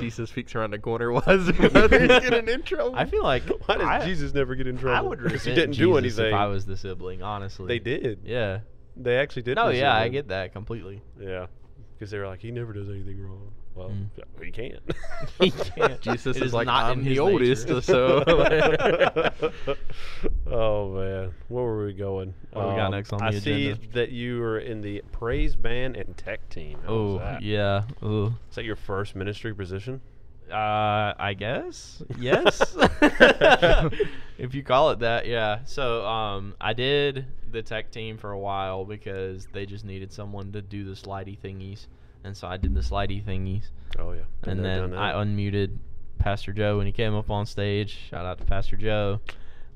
Jesus peeks around the corner. Why is his brother getting in trouble?
I feel like
Oh. Why does
I,
Jesus never get in trouble?
I would
Because
resent
he didn't
Jesus
do anything.
if I was the sibling. Honestly,
They did.
Yeah.
They actually did.
No,
resent
yeah, I
him.
get that completely.
Yeah, because they were like, he never does anything wrong. Well,
Mm.
yeah, he can't.
He can't.
Jesus
It
is
is
like,
not
I'm
in
the
his
oldest,
nature."
so.
oh man, where were we going? Um,
What we got next on
I
the
see
agenda?
that you were in the praise band and tech team. How was
Oh
that?
yeah. Ooh.
Is that your first ministry position?
Uh, I guess. Yes. if you call it that, yeah. So, um, I did the tech team for a while because they just needed someone to do the slidey thingies, and so I did the slidey thingies,
Oh yeah. Been
and
there, done
then
that.
I unmuted Pastor Joe when he came up on stage. Shout out to Pastor Joe.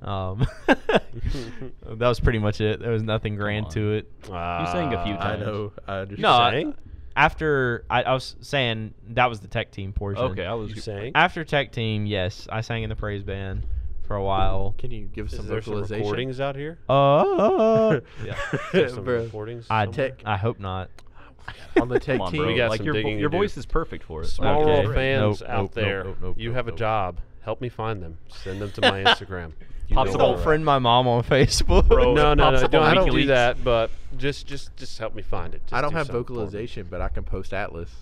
Um, that was pretty much it. There was nothing grand
on.
to it.
You sang a few
Ah,
I
times.
know. I understand.
No, I-
sang?
after I, I was saying that was the tech team portion.
Okay, I was
You sang.
After tech team, yes, I sang in the praise band for a while.
Can you give
Is
some
there some
vocalization?
recordings out here?
Uh,
Yeah.
Yeah,
some
bro.
recordings.
I
somewhere?
Tech-
I hope not.
on the tech
Come on,
team.
bro.
We got
like
some
your, vo-
digging to
your
do.
voice is perfect for it.
Small
Okay.
World fans
Nope,
out
nope,
there,
nope, nope,
you
nope,
have a
nope.
job. Help me find them. Send them to my Instagram. You
Popsicle
know
Don't
where-
friend my mom on Facebook.
Bro,
No, no, no.
Popsicle
Don't, I don't do
WikiLeaks.
that. But just, just, just help me find it. Just
I don't
do
have
something for me.
vocalization, but I can post Atlas.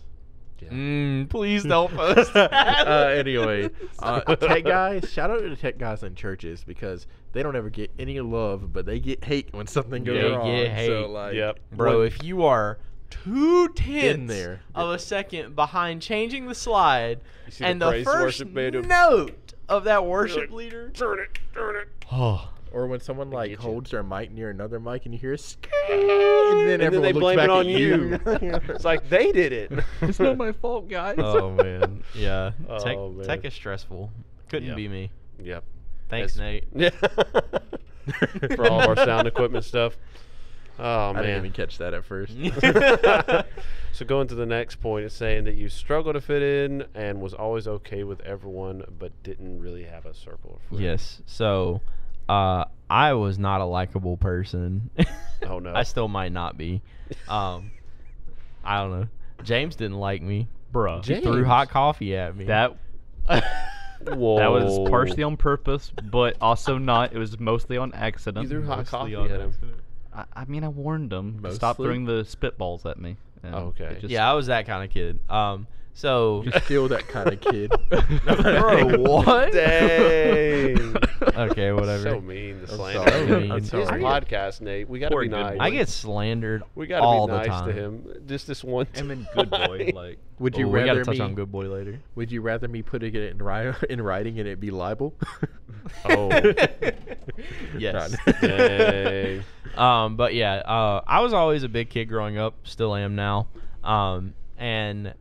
Mm, please don't post. that.
uh, anyway, uh, tech guys, shout out to the tech guys in churches because they don't ever get any love, but they get hate when something goes
They
wrong.
get
So
hate.
like,
Yep.
bro, if you are two tenths
there.
of a second behind changing the slide
You see the
and the,
praise
first
worship band of-
note of that worship leader,
Turn it, turn it.
oh,
Or when someone like
get you.
holds their mic near another mic and you hear a skrrr, and then
And then
everyone
they
looks
blame
back
it on
at
you. it's like they did it.
it's not my fault, guys.
oh man, yeah, tech,
Oh, man.
tech is stressful. Couldn't
Yeah.
be me.
Yep.
Thanks,
That's-
Nate.
Yeah. For all of our sound equipment stuff. Oh
I didn't
man.
even catch that at first.
so going to the next point is saying that you struggle to fit in and was always okay with everyone, but didn't really have a circle of friends.
Yes. So, uh, I was not a likable person.
Oh, no.
I still might not be. Um, I don't know. James didn't like me.
Bruh.
He threw
James?
hot coffee at me.
that
Whoa.
that
Oh.
was partially on purpose, but also not. It was mostly on accident.
You threw hot
Mostly
coffee
on
at him.
accident.
I, I mean, I warned him. to Stop
Mostly?
throwing the spitballs at me. and
Oh, Okay.
it just-
yeah, I was that kind of kid. Um, so
You're still that kind of kid.
Bro, what?
Dang.
okay, whatever.
So mean the
I'm
slander.
sorry.
It's
I'm
his
sorry.
podcast, Nate. We gotta
Poor
be
good
nice.
boy.
I get slandered
we gotta
all
be
the
nice
time.
to him. Just this one.
I'm in
Time.
good boy. Like,
Would you
Ooh, we gotta
rather
touch
me?
on good boy later.
Would you rather me putting it in, ri- in writing and it be libel?
Oh.
Yes.
Dang.
um, but yeah, uh, I was always a big kid growing up, still am now. Um, and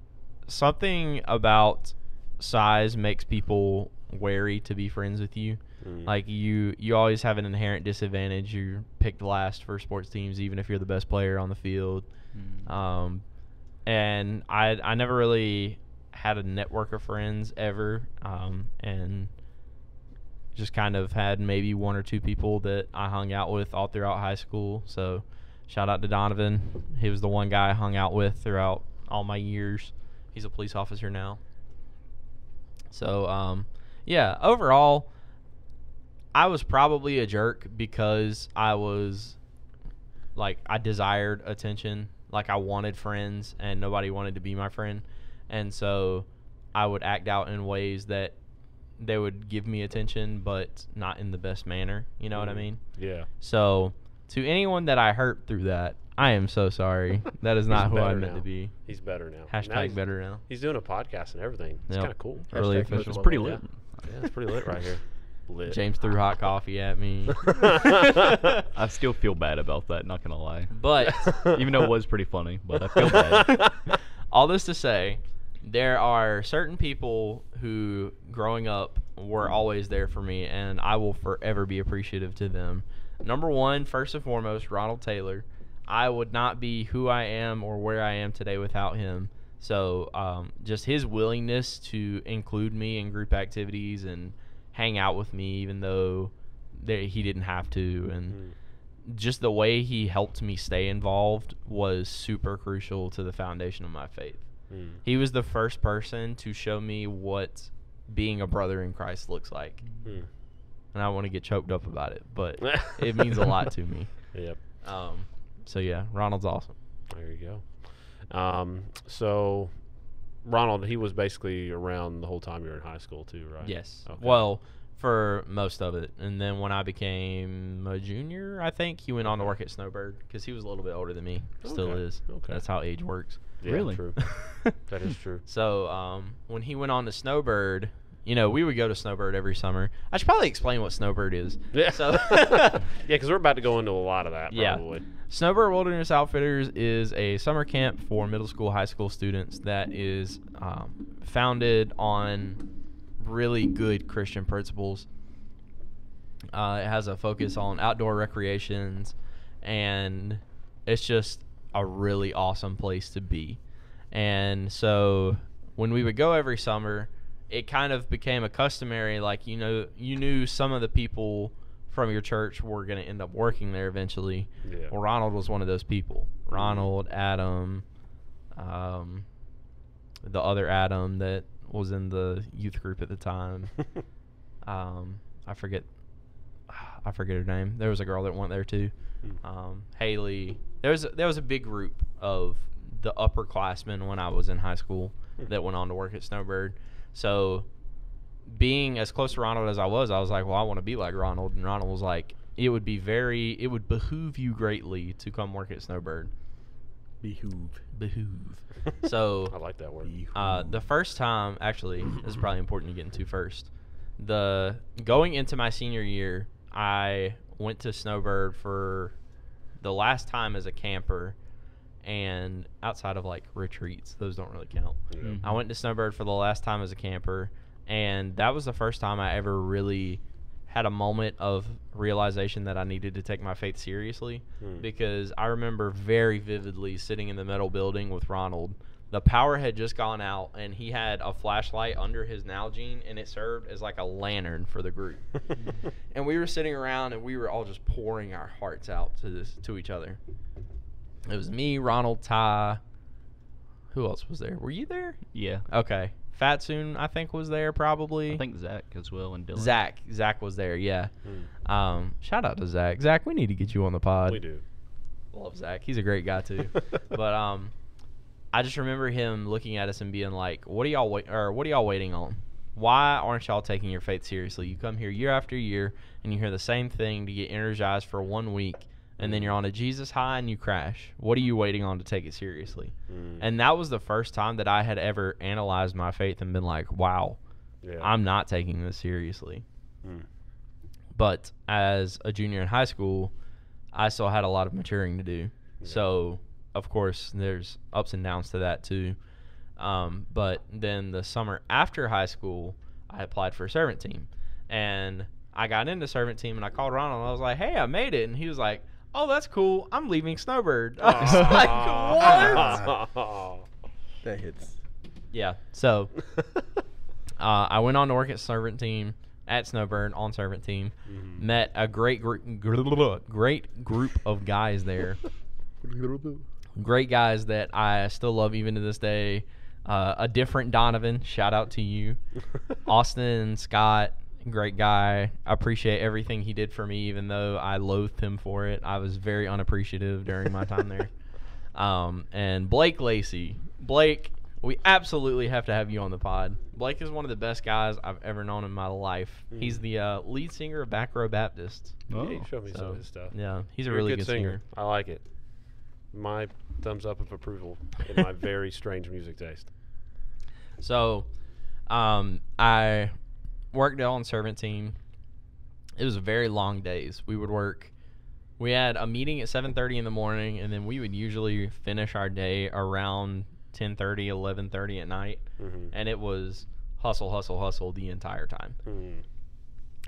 something about size makes people wary to be friends with you.
Mm.
Like you, you always have an inherent disadvantage. You're picked last for sports teams, even if you're the best player on the field.
Mm.
Um, and I, I never really had a network of friends ever. Um, and just kind of had maybe one or two people that I hung out with all throughout high school. So shout out to Donovan. He was the one guy I hung out with throughout all my years. He's a police officer now. So um yeah, overall I was probably a jerk because I was like I desired attention, like I wanted friends, and nobody wanted to be my friend, and so I would act out in ways that they would give me attention, but not in the best manner. You know what I
Mhm.
mean?
Yeah.
So to anyone that I hurt through that, I am so sorry. That is not
He's
who I
better
meant
now.
to be.
He's better now. Now
Hashtag
he's-
better now.
He's doing a podcast and everything. It's
Yep.
kind of cool.
Really
Hashtag
official.
It's
Well,
pretty
yeah.
lit.
Yeah, it's pretty lit right here. Lit.
James threw hot coffee at me.
I still feel bad about that. Not gonna lie.
But
Even though it was pretty funny, but I feel bad.
all this to say, there are certain people who, growing up, were always there for me, and I will forever be appreciative to them. Number one, first and foremost, Ronald Taylor. I would not be who I am or where I am today without him. So, um, just his willingness to include me in group activities and hang out with me, even though there, he didn't have to,
Mm-hmm.
and
Mm.
just the way he helped me stay involved was super crucial to the foundation of my faith.
Mm.
He was the first person to show me what being a brother in Christ looks like.
Mm.
And I want to get choked up about it, but it means a lot to me.
Yep.
Um, so, yeah, Ronald's awesome.
There you go. Um, so, Ronald, he was basically around the whole time you were in high school, too, right?
Yes.
Okay.
Well, for most of it. And then when I became a junior, I think he went on to work at Snowbird because he was a little bit older than me. Still
Okay.
is.
Okay.
That's how age works.
Yeah,
Really?
True. that is true.
So um, when he went on to Snowbird, you know, we would go to Snowbird every summer. I should probably explain what Snowbird is.
Yeah.
So
yeah, because we're about to go into a lot of that.
Yeah.
Probably.
Snowbird Wilderness Outfitters is a summer camp for middle school, high school students that is um, founded on really good Christian principles. Uh, it has a focus on outdoor recreations, and it's just a really awesome place to be. And so when we would go every summer, it kind of became a customary like you know you knew some of the people from your church were going to end up working there eventually.
Yeah.
Well, Ronald was one of those people. Ronald, Adam, um, the other Adam that was in the youth group at the time. um, I forget. I forget her name. There was a girl that went there too.
Mm.
Um, Haley. There was there was a big group of the upperclassmen when I was in high school
Hmm.
that went on to work at Snowbird. So being as close to Ronald as I was, I was like, well, I want to be like Ronald. And Ronald was like, it would be very, it would behoove you greatly to come work at Snowbird.
Behoove.
Behoove. So
Mm. I like that word.
uh, the first time, actually, this is probably important to get into first. The going into my senior year, I went to Snowbird for the last time as a camper, and outside of like retreats, those don't really count.
Yeah.
Mm.
I went to Snowbird for the last time as a camper, and that was the first time I ever really had a moment of realization that I needed to take my faith seriously
Hmm.
because I remember very vividly sitting in the metal building with Ronald. The power had just gone out, and he had a flashlight under his Nalgene, and it served as like a lantern for the group. and we were sitting around, and we were all just pouring our hearts out to this to each other. It was me, Ronald, Ty. Who else was there? Were you there?
Yeah.
Okay. Fatsoon, I think, was there probably.
I think Zach as well and Dylan.
Zach. Zach was there, yeah.
Mm.
Um, shout out to Zach. Zach, we need to get you on the pod.
we do.
Love Zach. He's a great guy too. but um I just remember him looking at us and being like, What are y'all wait or what are y'all waiting on? Why aren't y'all taking your faith seriously? You come here year after year and you hear the same thing to get energized for one week and then you're on a Jesus high and you crash. What are you waiting on to take it seriously?
Mm.
And that was the first time that I had ever analyzed my faith and been like, wow,
yeah.
I'm not taking this seriously.
Mm.
But as a junior in high school, I still had a lot of maturing to do.
Yeah.
So, of course, there's ups and downs to that too. Um, but then the summer after high school, I applied for servant team, and I got into servant team, and I called Ronald, and I was like, "Hey, I made it," and he was like, "Oh, that's cool. I'm leaving Snowbird." I was like, "What?"
That hits.
yeah. So uh, I went on to work at servant team at Snowbird on servant team.
Mhm.
Met a great group, great group of guys there. great guys that I still love even to this day. Uh, a different Donovan, shout out to you. Austin, Scott, Great guy. I appreciate everything he did for me, even though I loathed him for it. I was very unappreciative during my time there. Um, and Blake Lacey. Blake, we absolutely have to have you on the pod. Blake is one of the best guys I've ever known in my life. He's the uh, lead singer of Back Row Baptist.
Oh.
Yeah, you showed me some
So,
of his stuff.
Yeah, he's a
You're
really good, singer.
I like it. My thumbs up of approval in my very strange music taste.
So, um, I worked on servant team. It was very long days. We would work. We had a meeting at 7:30 in the morning, and then we would usually finish our day around 10:30, 11:30 at night,
Mhm.
and it was hustle, hustle, hustle the entire time.
Mm.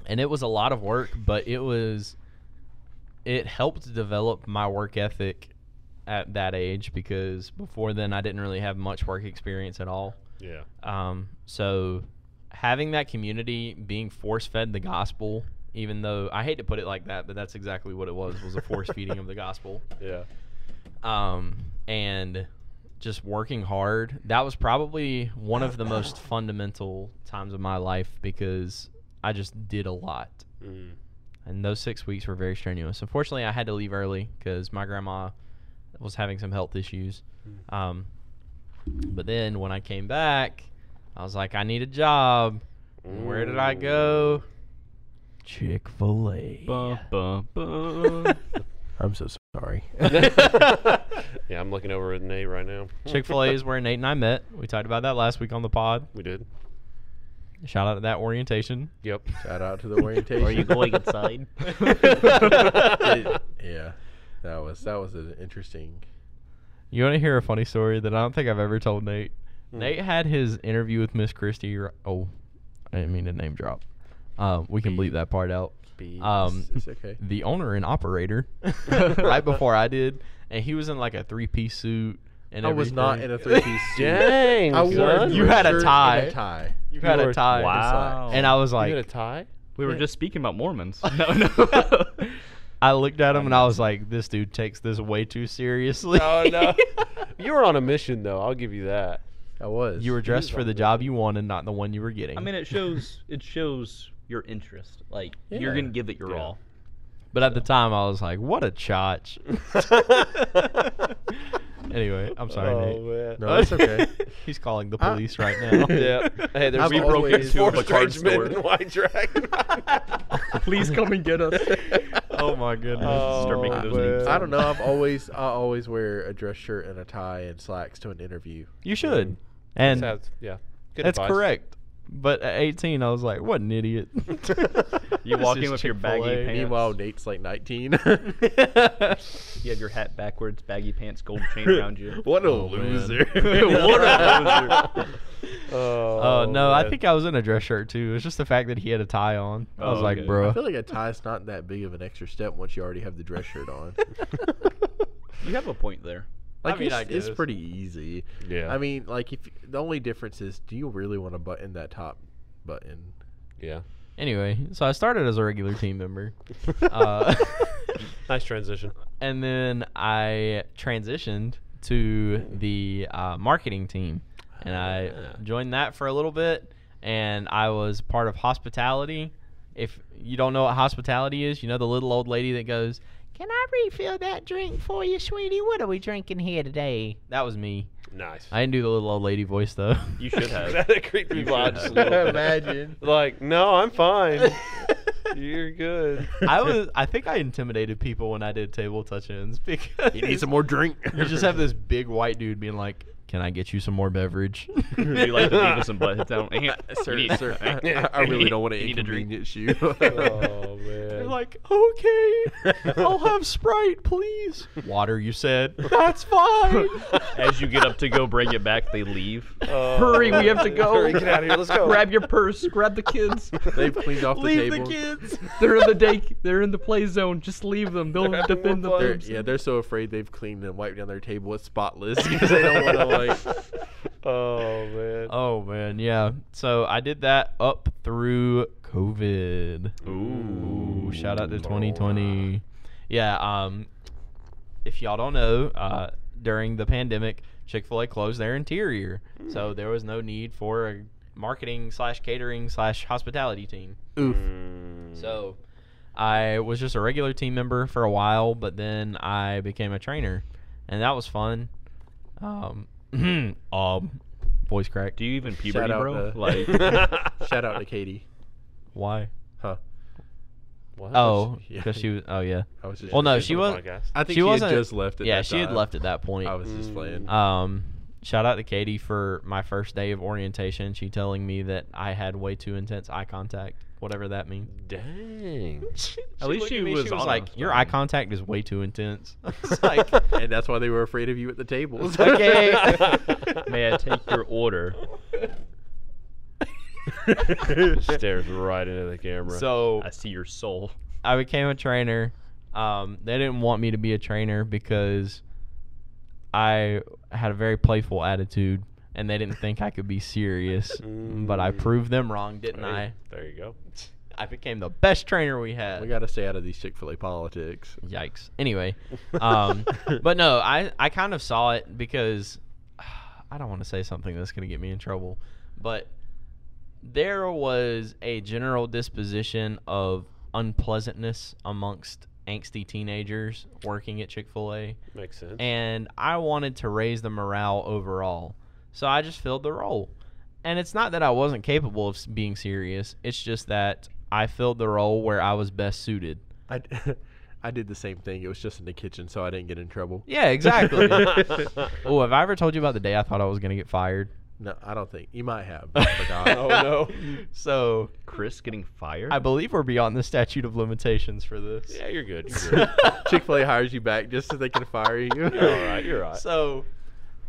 And it was a lot of work, but it was it helped develop my work ethic at that age because before then I didn't really have much work experience at all.
Yeah.
Um, so having that community being force fed the gospel, even though I hate to put it like that, but that's exactly what it was was a force feeding of the gospel.
Yeah.
Um, and just working hard. That was probably one of the most fundamental times of my life because I just did a lot.
Mm.
And those six weeks were very strenuous. Unfortunately, I had to leave early because my grandma was having some health issues. Um, but then when I came back, I was like, I need a job. Where did I
Mm.
go? Chick fil A.
I'm so sorry.
yeah, I'm looking over at Nate right now.
Chick fil A is where Nate and I met. We talked about that last week on the pod.
We did.
Shout out to that orientation.
Yep.
Shout out to the orientation.
Are you going inside?
It- yeah, that was that was an interesting.
You want to hear a funny story that I don't think I've ever told Nate? Nate had his interview with Miss Christie. r- Oh, I didn't mean to name drop. Um, we can bleep that part out. Um,
It's okay.
the owner and operator right before I did, and he was in like a three piece suit. And
I was not in
everything.
a three piece suit.
Dang,
I wore
son.
You had a
shirt and
tie.
tie.
You had
were-
a tie.
wow.
And I was
you had a
like,
tie?
we were just speaking about Mormons. No, no.
I looked at him and I was like, this dude takes this way too seriously.
you were on a mission though. I'll give you that.
I was.
you were dressed for the job you wanted, not the one you were getting.
I mean, it shows it shows your interest. Like you're
Yeah.
gonna give it your
Yeah.
all.
but at the time, I was like, what a chotch. anyway, I'm sorry, Nate.
Oh, man.
No, that's okay.
He's calling the
I-
police right now.
yeah. Hey, there's
I've
we broke
always-
into
Of
a
a
strange
card
men
store.
in white dragon.
Please come and get us.
oh my goodness.
Start making those names
I don't know. I've always I always wear a dress shirt and a tie and slacks to an interview.
You should. And
Sounds- yeah. Good
that's
advice.
correct. But at 18, I was like, what an idiot.
You
This
walk
is
in with your baggy
Chick-fil-A.
pants.
Meanwhile, Nate's like 19.
Uh,
You have your hat backwards, baggy pants, gold chain around you.
what a loser!
What a loser.
Oh,
Oh,
no, I
man.
think I was in a dress shirt too. It's just the fact that he had a tie on. I was
Oh,
like,
okay.
bro,
I feel like a tie's not that big of an extra step once you already have the dress shirt on.
You have a point there.
Like
I mean,
it's,
I
it's
guess.
pretty easy.
Yeah.
I mean, like if the only difference is, do you really want to button that top button?
Yeah.
Anyway, so I started as a regular team member, uh,
Nice transition.
and then I transitioned to the uh, marketing team, and I
Ah.
joined that for a little bit, and I was part of hospitality. If you don't know what hospitality is, you know the little old lady that goes, "Can I refill that drink for you, sweetie? What are we drinking here today?" That was me.
Nice.
I didn't do the little old lady voice though.
You should have.
that creeped me
You
by
should
just a
have.
little bit.
Imagine.
Like, no, I'm fine. You're good.
I was. I think I intimidated people when I did table touch-ins because
You need some more drink.
You just have this big white dude being like, "Can I get you some more beverage?"
you like the Beavis and Butthead sound?
sir,
You need-
sir, I, I really don't want to
You need a drink.
inconvenience you.
Oh
They're
man.
like, "Okay, I'll have Sprite, please." Water, you said. That's fine.
As you get up to go bring it back, they leave.
Oh,
Hurry, we have to go.
Hurry, get out of here. Let's go.
Grab your purse. Grab the kids.
They've cleaned off the
Leave the
table.
kids.
They're in the day. They're in the play zone. Just leave them. They'll
having
defend
more fun.
They're,
themselves.
yeah, they're so afraid they've cleaned and wiped down their table. It's spotless because they don't want to like.
Oh man.
Oh man, yeah. So I did that up through COVID. Ooh, shout out to 2020. Yeah. Um, if y'all don't know, uh, during the pandemic, Chick Fil A closed their interior, so there was no need for a marketing slash catering slash hospitality team.
Oof.
Mm.
So I was just a regular team member for a while, but then I became a trainer, and that was fun. Um, um voice crack.
Do you even puberty,
out
bro?
the-
Like,
Shout out to Katie.
Why?
Huh?
What?
Oh,
yeah.
because she was. Oh yeah.
I was just.
Well, no,
joking.
she
On the
was.
podcast.
I think
she
she had
wasn't-
just left. At
Yeah,
that
she had
time.
left at that point.
I was just
Mm.
playing.
Um, shout out to Katie for my first day of orientation. She telling me that I had way too intense eye contact, whatever that means.
Dang.
At least
looked
she
me,
was honest,
like, "Your
though.
eye contact is way too intense." It's like,
and that's why they were afraid of you at the tables.
Okay.
may I take your order?
Stares right into the camera.
so
I see your soul.
I became a trainer. Um, they didn't want me to be a trainer because I had a very playful attitude, and they didn't think I could be serious. but I
Mm.
proved them wrong, didn't
there,
I?
there you go.
I became the best trainer we had.
we gotta stay out of these Chick Fil A politics.
Yikes. Anyway, um, but no, I, I kind of saw it because I don't want to say something that's going to get me in trouble, but there was a general disposition of unpleasantness amongst angsty teenagers working at Chick fil A,
Makes sense.
and I wanted to raise the morale overall. So I just filled the role. And it's not that I wasn't capable of s- being serious, it's just that I filled the role where I was best suited.
I, I did the same thing. It was just in the kitchen, so I didn't get in trouble.
Yeah, exactly. oh, have I ever told you about the day I thought I was gonna get fired?
No, I don't think you might have. but I forgot.
Oh,
no! so
Chris getting fired?
I believe we're beyond the statute of limitations for this.
yeah, you're good. You're good.
Chick Fil A hires you back just so they can fire you.
You're all right. You're all right.
So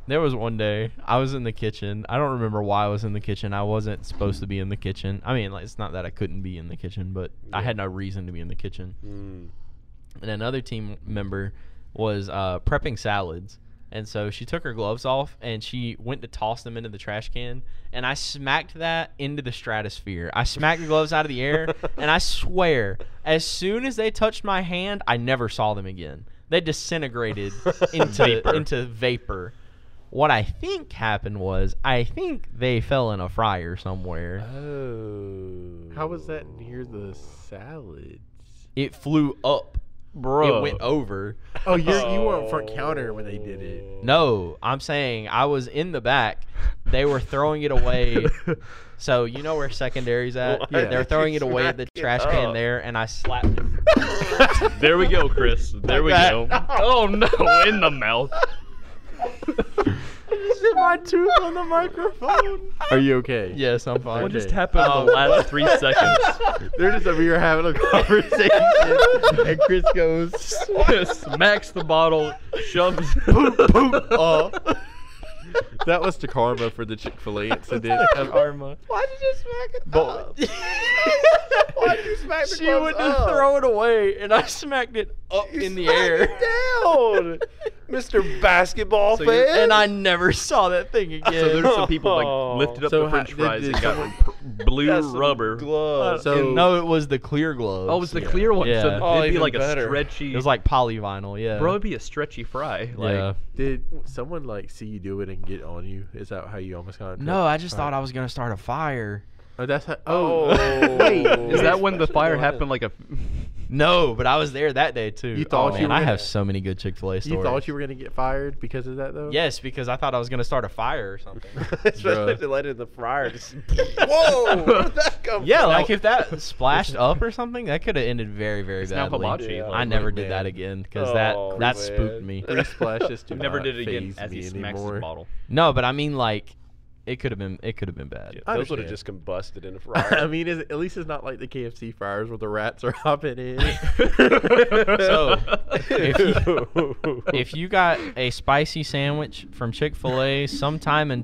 there was one day I was in the kitchen. I don't remember why I was in the kitchen. I wasn't supposed to be in the kitchen. I mean, like, it's not that I couldn't be in the kitchen, but I had no reason to be in the kitchen.
Mm.
and another team member was uh, prepping salads. And so she took her gloves off and she went to toss them into the trash can. And I smacked that into the stratosphere. I smacked the gloves out of the air. And I swear, as soon as they touched my hand, I never saw them again. They disintegrated into
Vapor.
into vapor. What I think happened was I think they fell in a fryer somewhere.
Uh. Oh.
How was that near the salads?
It flew up.
Bro.
It went over.
Oh, you're, you weren't front counter when they did it.
No, I'm saying I was in the back. They were throwing it away. so you know where secondary's at?
Why
They were
did
throwing
you
it away at the
smack it
trash can
up?
there, and I slapped it.
there we go, Chris. There we
that.
go. Oh no, in the mouth.
hit my tooth on the microphone.
Are you okay?
Yes, I'm fine.
What just
Okay.
happened in the last three seconds?
They're just over here having a conversation, and Chris goes,
Smacks the bottle, shoves.
"Poop, poop." Oh, that was the karma for the Chick Fil A incident. Um,
Karma.
Why did you smack it?
But-
Why did you smack the She went to throw it away, and I smacked it up in the air.
down, Mr. Basketball fan.
And I never saw that thing again.
So there's some people
Oh.
like lifted up
So
the
how-
French
did-
fries
did
and got
someone-
like, p- blue rubber.
gloves.
So-
And no, it was the clear gloves.
Oh, it was the clear one. So
Yeah.
it'd
Oh,
be
even
like
better.
a stretchy.
It was like polyvinyl, yeah.
bro, it'd be a stretchy fry. Like,
yeah.
Did someone like see you do it and get on you? Is that how you almost got? in
No,
trouble?
I just
Alright.
thought I was gonna start a fire.
Oh, that's how.
Oh.
Oh, wait.
is that when the
Should've
fire
done it.
happened? Like a.
No, but I was there that day too.
You thought
oh,
you
man,
were
I
gonna-
have so many good Chick Fil A stories.
You thought you were gonna get fired because of that though?
Yes, because I thought I was gonna start a fire or something.
Especially if
Bruh.
they let it in the fryer. Just, whoa, where did that come
yeah,
from?
like if that splashed up or something, that could have ended very, very
It's now
badly.
hibachi.
Yeah.
I never did
man.
that again because
Oh,
that that
man.
spooked me.
Three splashes to
Uh,
Never did it again
faze
as he
me
smacks
anymore.
his bottle.
No, but I mean like, it could have been it could have been bad.
Yeah,
I
those would have
understand.
just combusted in a
I
fryer.
mean, is, at least it's not like the KFC fryers where the rats are hopping in.
So if you, if you got a spicy sandwich from Chick Fil A sometime in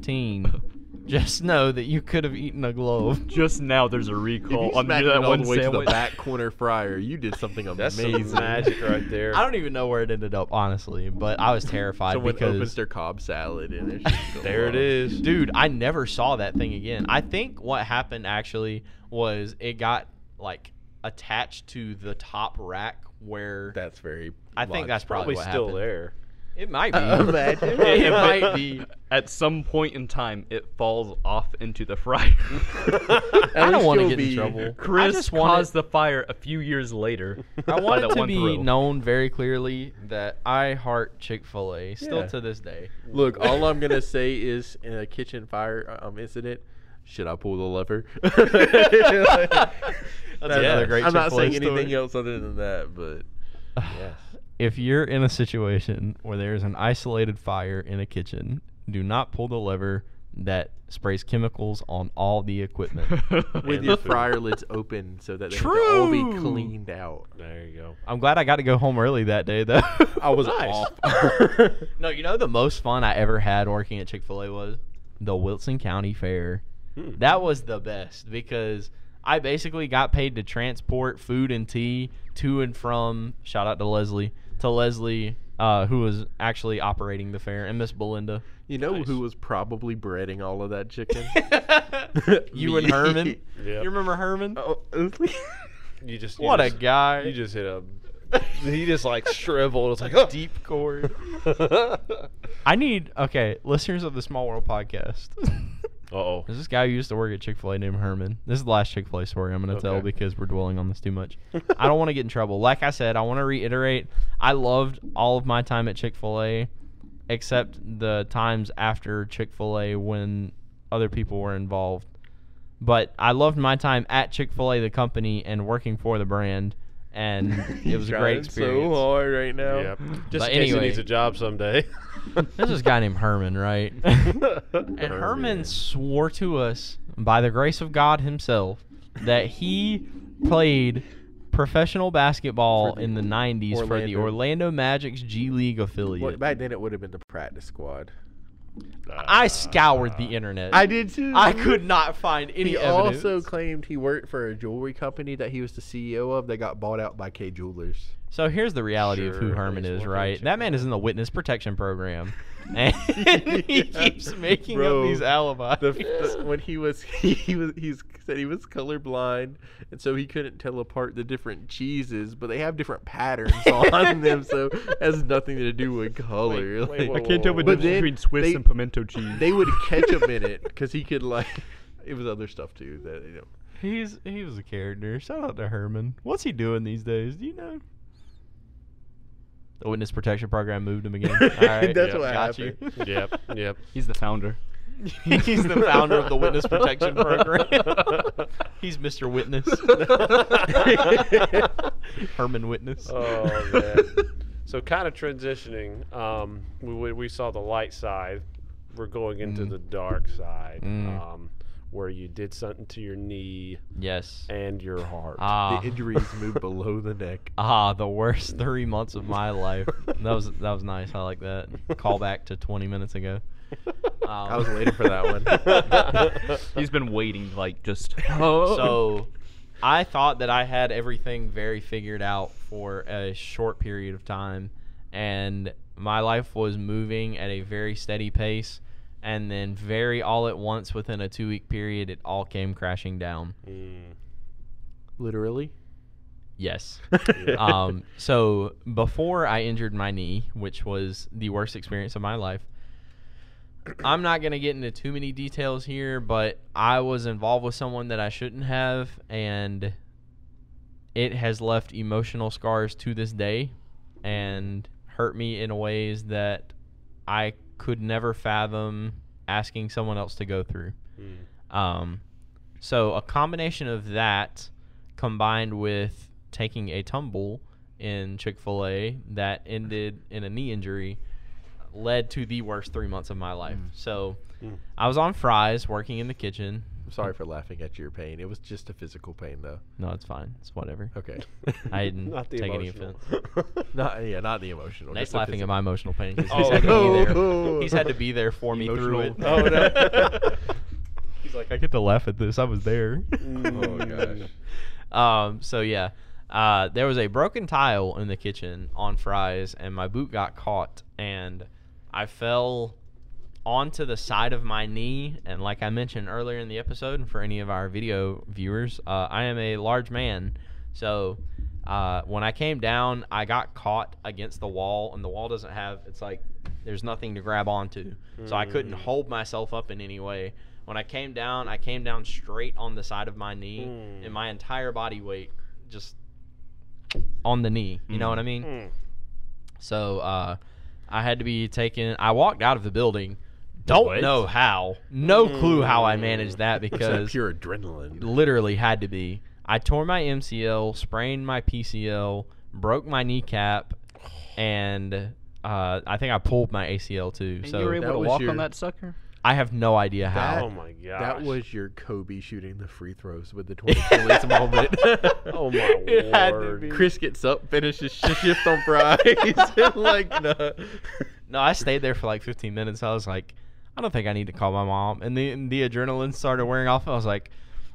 2019, just know that you could have eaten a glove.
Just now, there's a
If you
recall
smacked it all the way to the back corner fryer, you did something
That's
amazing.
some magic right there.
I don't even know where it ended up, honestly, but I was terrified
Someone opens
because,
their cob salad and it's just going
there it
on.
is.
dude, I never saw that thing again. I think what happened actually was it got like attached to the top rack where
That's very.
I think that's probably
probably
logical.
what
still
happened.
there.
It might be.
Uh, imagine.
it, it might be.
At some point in time, it falls off into the fryer.
I
least
don't want to
you'll
get in
be-
trouble. I
Chris
just want
caused
it-
the fire a few years later.
I
by
want it
that
to
one
be
throw.
known very clearly that I heart Chick Fil A still
Yeah.
to this day.
Look, all I'm gonna say is in a kitchen fire um, incident, should I pull the lever?
That's another great
I'm not
Chick-fil-A
saying anything
story.
else other than that, but yes.
If you're in a situation where there is an isolated fire in a kitchen, do not pull the lever that sprays chemicals on all the equipment.
with
And
your
the food.
fryer lids open so that they can all be
True.
cleaned out.
There you go.
I'm glad I got to go home early that day, though.
I was
Nice.
off.
no, you know the most fun I ever had working at Chick Fil A was the Wilson County Fair.
Hmm.
That was the best because I basically got paid to transport food and tea to and from. Shout out to Leslie to Leslie, uh, who was actually operating the fair, and Miss Belinda.
you know
Nice.
who was probably breading all of that chicken?
you
Me.
and Herman.
Yep.
You remember Herman?
Oh,
You just you
what a
just-
guy.
You just hit a. He just like shriveled. It's like "Huh."
deep cord. I need okay, listeners of the Small World podcast.
Uh-oh.
There's this guy who used to work at Chick Fil A named Herman. This is the last Chick Fil A story I'm going to tell
Okay.
because we're dwelling on this too much. I don't want to get in trouble. Like I said, I want to reiterate, I loved all of my time at Chick Fil A, except the times after Chick Fil A when other people were involved. But I loved my time at Chick Fil A, the company, and working for the brand, and it was a great experience.
So hard right now.
Yep. Just
But
in case he
anyway.
needs a job someday.
There's this guy named Herman, right? And Herman swore to us by the grace of God Himself that he played professional basketball
For the
in the 90s for the
Orlando-
Orlando Magic's G League affiliate.
Well, back then it would have been the practice squad.
I scoured the internet. I,
did too.
could not find any
He
evidence.
also claimed he worked for a jewelry company that he was the CEO of that got bought out by K Jewelers.
so here's the reality of who
Sure,
Herman
he's
is,
working
right?
at
That man is in the witness protection program. And he keeps making
Bro,
up these alibis.
The, the- when he was he was he's said he was colorblind and so he couldn't tell apart the different cheeses, but they have different patterns on them, so it has nothing to do with color.
wait,
like-
whoa, I can't tell the
But then they-
pimento cheese.
They would catch him in it because he could like. It was other stuff too that you know.
He's he was a character. Shout out to Herman. What's he doing these days? Do you know? The witness protection program moved him again. All right,
That's
yeah,
what
got
happened.
you.
Yep. Yep.
He's the founder.
He's the founder of the witness protection program. He's Mr. Witness. Herman Witness.
Oh man. So kind of transitioning. Um, we, we we saw the light side. We're going into the dark side,
Mm.
um, where you did something to your knee
yes.
and your heart.
Ah,
The injuries move below the neck.
ah, the worst three months of my life. That was that was nice. I like that. Call back to 20 minutes ago. Um,
Ah.
I was waiting for that one.
He's been waiting, like, just.
so I thought that I had everything very figured out for a short period of time, and my life was moving at a very steady pace. And then, very all at once, within a two week period, it all came crashing down.
Mm.
Literally.
Yes. um, so before I injured my knee, which was the worst experience of my life, I'm not going to get into too many details here, but I was involved with someone that I shouldn't have, and it has left emotional scars to this day and hurt me in ways that I could never fathom asking someone else to go through.
Mm.
Um, so a combination of that combined with taking a tumble in Chick fil A that ended in a knee injury led to the worst three months of my life. So
Mm.
I was on fries working in the kitchen.
I'm sorry for laughing at your pain. It was just a physical pain though.
No, it's fine. It's whatever.
Okay.
I didn't
Not the
take any
emotional.
offense.
Not yeah, not the emotional.
Nate's
just the
laughing at
physical.
my emotional pain 'cause
Oh,
he's, had to be
no.
there. he's had to be there for me through it.
Emotional. Oh, no.
He's like,
I get to laugh at this. I was there.
Hmm.
Oh gosh.
Um, so yeah, uh, there was a broken tile in the kitchen on fries, and my boot got caught, and I fell onto the side of my knee. And like I mentioned earlier in the episode, and for any of our video viewers, uh, I am a large man, so Uh, when I came down, I got caught against the wall, and the wall doesn't have. It's like there's nothing to grab onto, so I couldn't hold myself up in any way. When I came down, I came down straight on the side of my knee,
Mm.
and my entire body weight just on the knee. You know what I mean?
Mm.
So uh, I had to be taken. I walked out of the building. Don't
What?
know how. No clue how I managed that
It's that
because
pure adrenaline.
literally had to be. I tore my MCL, sprained my PCL, broke my kneecap, and uh, I think I pulled my ACL too.
And
so
you were able
that
to
was
walk
your-
on that sucker?
I have no idea
That-
how.
Oh my gosh.
That was your Kobe shooting the free throws with the 20 moment.
Oh my
It had to
lord.
be. Chris gets up, finishes sh- shift on fries. like, no.
No, I stayed there for like 15 minutes. I was like, I don't think I need to call my mom. And then the adrenaline started wearing off. I was like,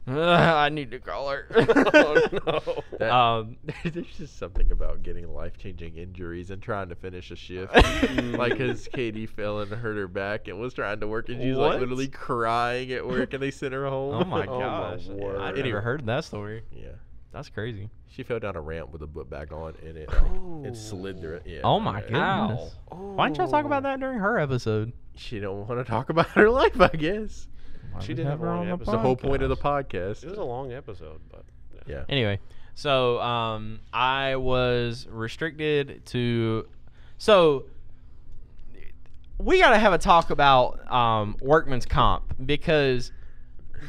"Ugh, I need to call her.
oh no.
That-
um,
There's just something about getting life changing injuries and trying to finish a shift.
Mm.
like, as Katie fell and hurt her back and was trying to work, and she was
What?
like literally crying at work, and they sent her home.
oh my
Oh my
gosh.
word.
I never heard that story.
Yeah.
That's crazy.
She fell down a ramp with a book back on, and it, like,
Oh.
it slid through it. Yeah,
Oh my
yeah.
goodness. Why didn't y'all talk about that during her episode?
She don't want to talk about her life, I guess.
Why
She
we
did have her
her
own
on the
episode.
The whole point of the
Oh.
podcast.
It was a long episode, but
yeah.
Anyway, so um, I was restricted to. So we got to have a talk about um, workman's comp because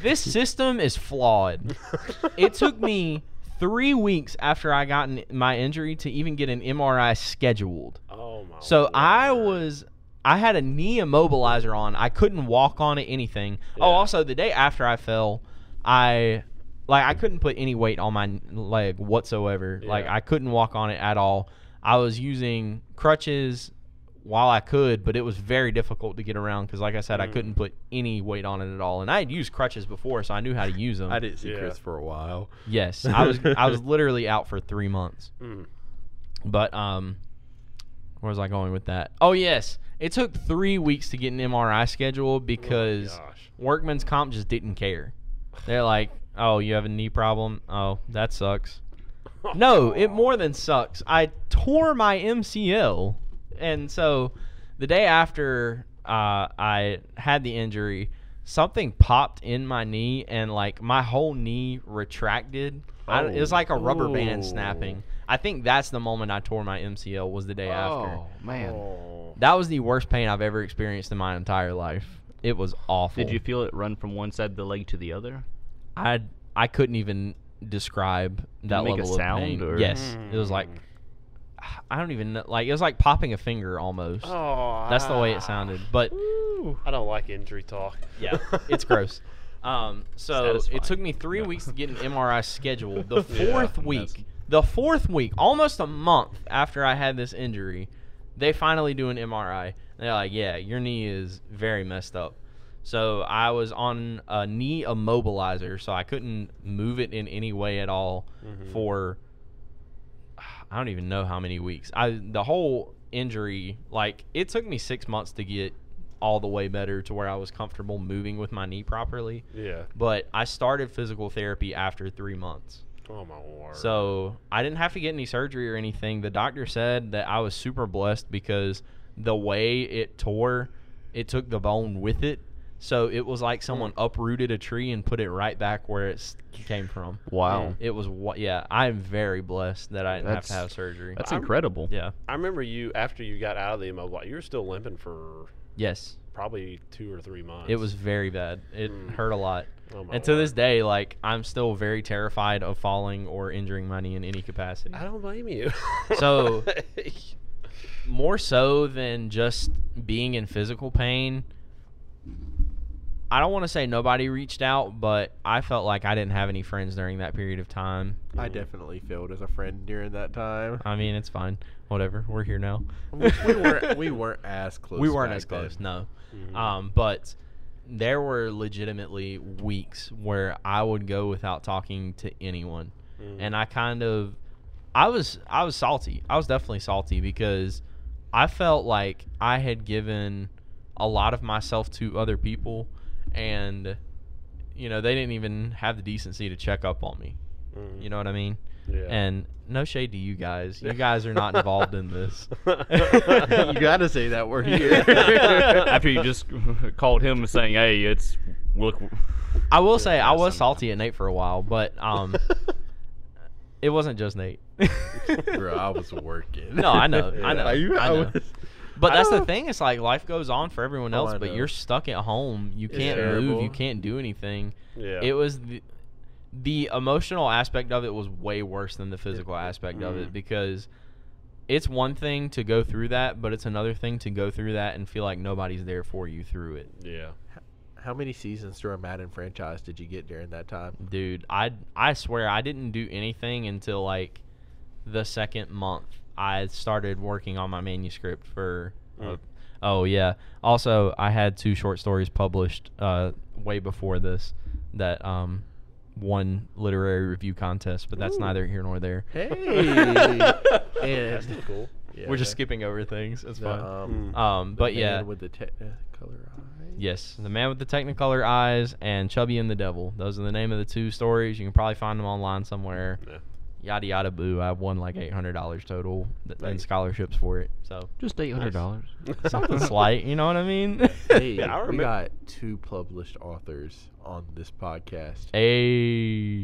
this system is flawed. it took me three weeks after I got in my injury to even get an MRI scheduled.
Oh my.
So I
word.
was I had a knee immobilizer on. I couldn't walk on it anything. Oh,
Yeah.
also the day after I fell, I like I couldn't put any weight on my n- leg whatsoever. Like
Yeah.
I couldn't walk on it at all. I was using crutches while I could, but it was very difficult to get around because, like I said, I
Mm.
couldn't put any weight on it at all. And I had used crutches before, so I knew how to use them.
I didn't see
Yeah.
Chris for a while.
Yes, I was I was literally out for three months.
Mm.
But um, where was I going with that? Oh yes, it took three weeks to get an MRI scheduled because
gosh.
workman's comp just didn't care. They're like, "Oh, you have a knee problem. Oh, that sucks." No, it more than sucks. I tore my MCL, and so the day after uh, I had the injury, something popped in my knee, and like my whole knee retracted. I, it was
Oh.
like a rubber
Ooh.
band snapping. I think that's the moment I tore my MCL was the day
Oh.
after.
man.
Oh.
That was the worst pain I've ever experienced in my entire life. It was awful.
Did you feel it run from one side of the leg to the other?
I I couldn't even describe that
make a
level
sound,
of pain.
or-
Yes, it was like I don't even know, like it was like popping a finger almost.
Oh,
That's the way
ah.
it sounded, but
I don't like injury talk.
yeah, it's gross. Um, so
Satisfying.
it took me three weeks to get an MRI scheduled. The
Yeah,
fourth
that's-
week, the fourth week, almost a month after I had this injury, they finally do an MRI. And they're like, "Yeah, your knee is very messed up." So I was on a knee immobilizer, so I couldn't move it in any way at all for I don't even know how many weeks. I the whole injury, like it took me six months to get all the way better to where I was comfortable moving with my knee properly.
Yeah.
But I started physical therapy after three months.
Oh my lord.
So I didn't have to get any surgery or anything. The doctor said that I was super blessed because the way it tore, it took the bone with it. So it was like someone uprooted a tree and put it right back where it s- came from.
Wow.
It was wa- yeah. I'm very blessed that I didn't have to
That's-
have surgery.
That's
I'm-
incredible.
Yeah.
I remember you after you got out of the immobile. You were still limping for
Yes.
probably two or three months.
It was very bad. It
Mm.
hurt a lot.
Oh my
And to
word.
this day, like I'm still very terrified of falling or injuring my knee in any capacity.
I don't blame you.
So- More so than just being in physical pain. I don't want to say nobody reached out, but I felt like I didn't have any friends during that period of time.
I definitely failed as a friend during that time.
I mean, it's fine. Whatever. We're here now.
we weren't we weren't as close.
we weren't
back
as close,
then. Mm.
no.
Mhm.
Um, but there were legitimately weeks where I would go without talking to anyone,
mm-hmm,
and I kind of, I was I was salty. I was definitely salty because I felt like I had given a lot of myself to other people, and you know they didn't even have the decency to check up on me. You know what I mean?
mm-hmm. Yeah.
And no shade to you guys. You guys are not involved in this.
you gotta say that we're here.
After you just called him saying, "Hey, it's look."
I will say I was
Awesome.
salty at Nate for a while, but um, it wasn't just Nate.
Bro, I was working.
No, I know, I know,
you-
I know.
was-
But
I
that's the
don't-
thing. It's like life goes on for everyone
Oh,
else,
I
but
know.
you're stuck at home. You
It's
can't move.
terrible.
You can't do anything.
yeah.
It was the, the emotional aspect of it was way worse than the physical aspect of it because it's one thing to go through that, but it's another thing to go through that and feel like nobody's there for you through it.
yeah.
How many seasons to a Madden franchise did you get during that time?
Dude, I I swear I didn't do anything until like the second month. I started working on my manuscript for.
Mm.
oh yeah. Also, I had two short stories published uh, way before this that um, won literary review contest, but that's
Ooh.
neither here nor there.
Hey,
Mm. That's
and
cool. Mm.
We're just skipping over things. It's
No,
fun.
um,
uh,
um, but
the
yeah,
man with the uh, technicolor eye.
Yes, The Man with the Technicolor Eyes and Chubby and the Devil. Those are the name of the two stories. You can probably find them online somewhere.
Yeah.
Yada yada boo. I won like eight hundred dollars total th- in
Nice.
scholarships for it. So
Just eight hundred dollars.
something slight, you know what I mean?
Hey,
Yeah, I
we
remem-
got two published authors on this podcast.
hey,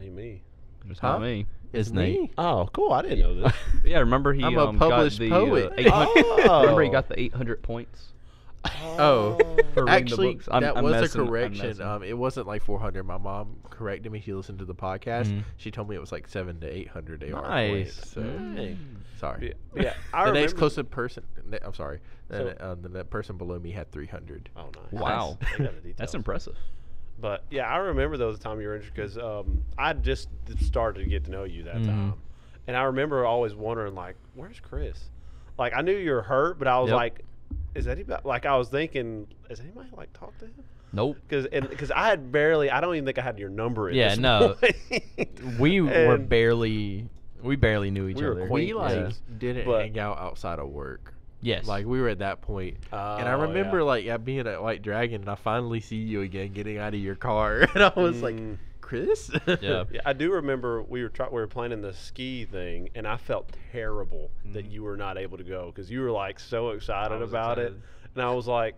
Hey, me.
It's
Huh?
not me.
It's Nate.
Oh, cool. I didn't know this.
Yeah, remember he
I'm a
um,
published
got the
poet.
Uh, 800
Oh.
remember he got the eight hundred points.
Oh,
For reading the
actually,
books. I'm-
that
I'm
was
messing-
a
I'm
correction.
messing.
Um, it wasn't like 400. My mom corrected me. She listened to the podcast.
Mhm.
She told me it was like seven to 800 AR
Nice.
points. So,
Mm.
sorry.
Yeah, yeah, I
the next
remember-
closest person, ne- I'm sorry,
So-
the, ne- um, the ne- person below me had 300.
Oh, nice.
Wow.
I got the
That's
details.
impressive.
But yeah, I remember though the time you were interested because um, I just started to get to know you that
Mhm.
time, and I remember always wondering like, "Where's Chris?" Like I knew you were hurt, but I was
Yep.
like, "Is anybody?" Like I was thinking, "Is anybody like talk to him?"
Nope.
Because because I had barely, I don't even think I had your number. At
Yeah,
this
no.
point.
We were
And-
barely we barely knew each
We were
other.
quite-
We like
Yeah.
didn't
But-
hang out outside of work.
Yes.
Like we were at that point, and I
Oh, yeah.
remember like yeah, being at White Dragon, and I finally see you again getting out of your car, and I was like,
Mm.
Chris.
Yeah.
Yeah, I do remember we were try- we were planning the ski thing, and I felt terrible that
Mm.
Mhm.
you were not able to go because you were like so excited
was
about
excited.
it, and I was like,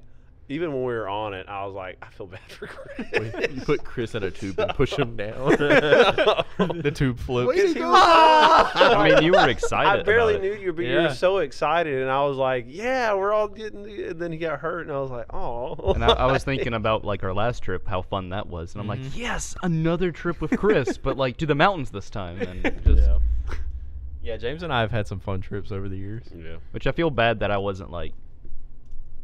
even when we were on it, I was like, I feel bad for Chris.
you put Chris in a tube and push him down.
the tube flipped.
Way to
he
go.
was-
I mean, you were
I
excited.
barely
about
knew
it.
you, but you
Yeah.
were so excited, and I was like, "Yeah, we're all getting." the-" And then he got hurt, and I was like, "Oh."
And I, I was thinking about like our last trip, how fun that was, and I'm
Mhm.
like, yes, another trip with Chris, but like to the mountains this time, and just
yeah,
Yeah, James and I have had some fun trips over the years.
yeah.
which I feel bad that I wasn't like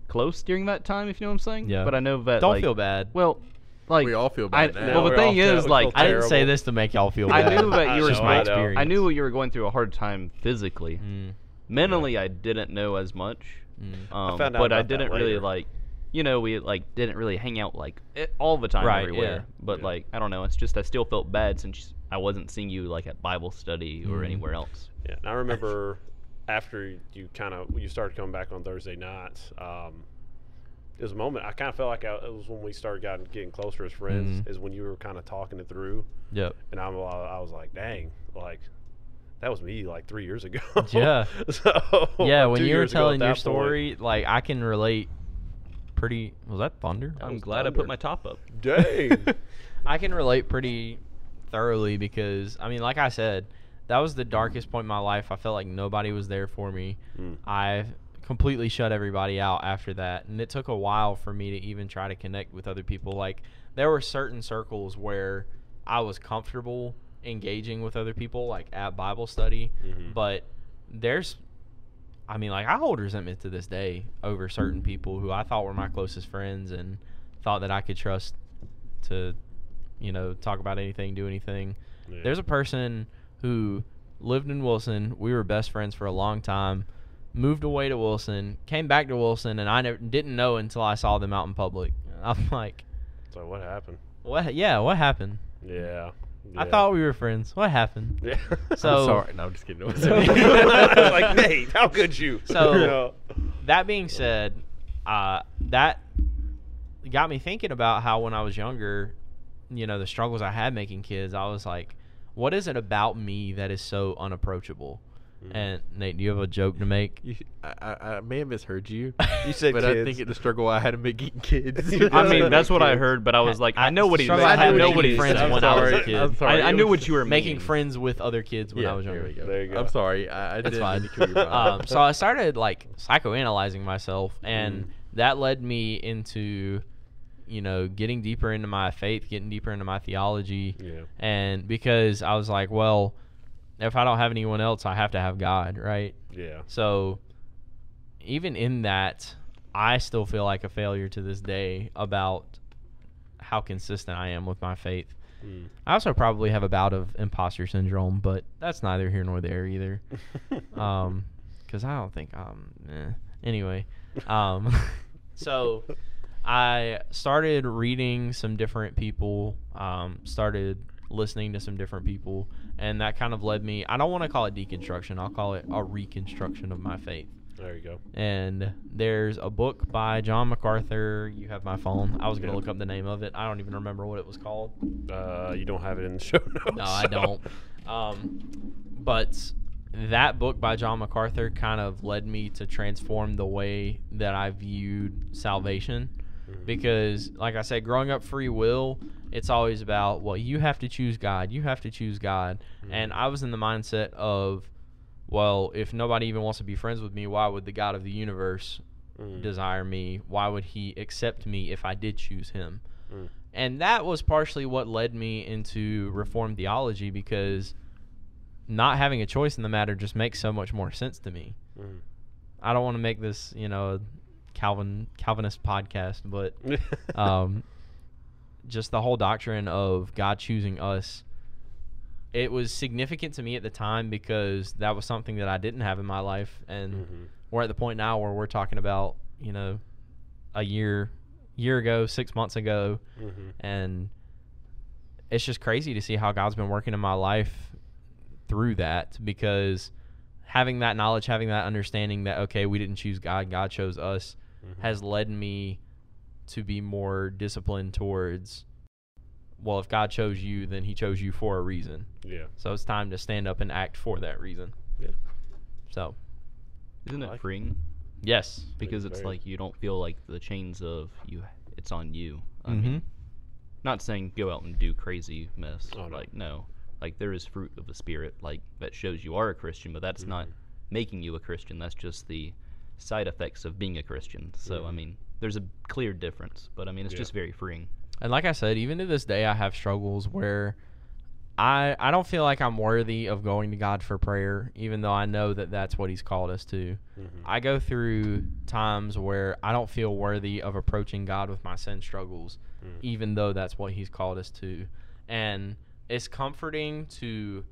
close during that time, if you know what I'm saying.
Yeah.
But I know that
Don't
like,
feel bad.
Well, like
we all feel
I-
bad now.
well, the
we're
thing
all
is,
feel-
like,
I didn't say
terrible.
this to make y'all feel
I
bad.
knew that you
It's
were
just my
I know.
experience.
I knew you were going through a hard time physically.
Mm,
Mentally, I didn't know as much.
mm.
Um,
found out
but I
about that
didn't really
later.
like, you know, we like didn't really hang out like eh, all the time
Right,
everywhere.
yeah.
But
Yeah.
like, I don't know. It's just I still felt bad since I wasn't seeing you like at Bible study or
Mhm.
anywhere else.
Yeah, and I remember after you kind of you started coming back on Thursday nights. Um, there was a moment I kind of felt like I, it was when we started getting, getting closer as friends.
Mm-hmm.
Is when you were kind of talking it through,
Yep.
and I'm I was like, dang, like that was me like three years ago.
Yeah.
so
Yeah, when
two
you were
years ago at
telling
that
your
point.
story, like I can relate pretty was that thunder?
I'm glad I put my top up.
dang,
I can relate pretty thoroughly because I mean, like I said, that was the darkest point in my life. I felt like nobody was there for me.
Mm.
I completely shut everybody out after that, and it took a while for me to even try to connect with other people. Like there were certain circles where I was comfortable engaging with other people, like at Bible study,
Mhm.
but there's I mean, like I hold resentment to this day over certain people who I thought were my closest friends and thought that I could trust to, you know, talk about anything, do anything.
Yeah.
There's a person who lived in Wilson. We were best friends for a long time. Moved away to Wilson, came back to Wilson, and I never, didn't know until I saw them out in public. I'm like,
so what happened?
what? Yeah, what happened?
Yeah,
Mm-hmm. I
yeah.
thought we were friends. What happened?
Yeah.
So
I'm sorry. No, I'm just kidding.
like Nate, how could you?
So-
You know?
that being said, uh, that got me thinking about how when I was younger, you know, the struggles I had making kids, I was like, what is it about me that is so unapproachable?
Mm-hmm.
And Nate, do you have a joke to make?
You, I, I, I may have misheard you,
You said
but I
kids.
think it's a struggle I had to make eating kids.
I mean, that's what I
kids.
heard, but I was like, I,
I-
know what he's.
struggle
I,
I had
know
making
what he's.
friends
I'm
when I was
sorry.
a kid. I'm
I, I knew what you were
Making
meaning.
friends with other kids when
Yeah,
I was
there
younger.
we go.
There you go.
I'm sorry. I, I didn't
fine.
mean to kill your vibe.
um, so I started like psychoanalyzing myself,
Mm.
and that led me into, you know, getting deeper into my faith, getting deeper into my theology,
Yeah.
and because I was like, well, if I don't have anyone else, I have to have God, right?
Yeah.
So, even in that, I still feel like a failure to this day about how consistent I am with my faith.
Mm.
I also probably have a bout of imposter syndrome, but that's neither here nor there either. Um 'cause because I don't think um eh. anyway, um, so I started reading some different people, um, started listening to some different people, and that kind of led me. I don't want to call it deconstruction; I'll call it a reconstruction of my faith.
there you go.
And there's a book by John MacArthur. You have my phone. I was gonna
Yeah.
look up the name of it. I don't even remember what it was called.
Uh, you don't have it in the show notes.
No, I
so-
don't. Um, but that book by John MacArthur kind of led me to transform the way that I viewed salvation. Because, like I said, growing up free will, it's always about, well, you have to choose God. You have to choose God.
Mm-hmm.
And I was in the mindset of, well, if nobody even wants to be friends with me, why would the God of the universe
Mm.
desire me? Why would he accept me if I did choose him?
Mm.
And that was partially what led me into reformed theology because not having a choice in the matter just makes so much more sense to me.
Mm.
I don't want to make this, you know, Calvin Calvinist podcast, but
Mm-hmm.
um, just the whole doctrine of God choosing us. It was significant to me at the time because that was something that I didn't have in my life, and
Mhm.
we're at the point now where we're talking about you know a year year ago, six months ago,
Mhm.
and it's just crazy to see how God's been working in my life through that because having that knowledge, having that understanding that okay, we didn't choose God, God chose us
Mhm.
has led me to be more disciplined towards well, if God chose you, then he chose you for a reason.
Yeah.
So it's time to stand up and act for that reason.
Yeah.
So,
Isn't
I
it
like-
freeing?
yes.
Because it's
very-
like you don't feel like the chains of you. It's on you. I
Mhm.
mean, not saying go out and do crazy mess.
Oh, no.
Like no, like there is fruit of the spirit. Like that shows you are a Christian, but that's not
Mm-hmm.
making you a Christian. That's just the side effects of being a Christian. So I mean, there's a clear difference, but I mean, it's
Mm-hmm. Yeah.
just very freeing.
And like I said, even to this day, I have struggles where I I don't feel like I'm worthy of going to God for prayer, even though I know that that's what He's called us to.
Mm-hmm.
I go through times where I don't feel worthy of approaching God with my sin struggles, even though that's what He's called us to. And it's comforting to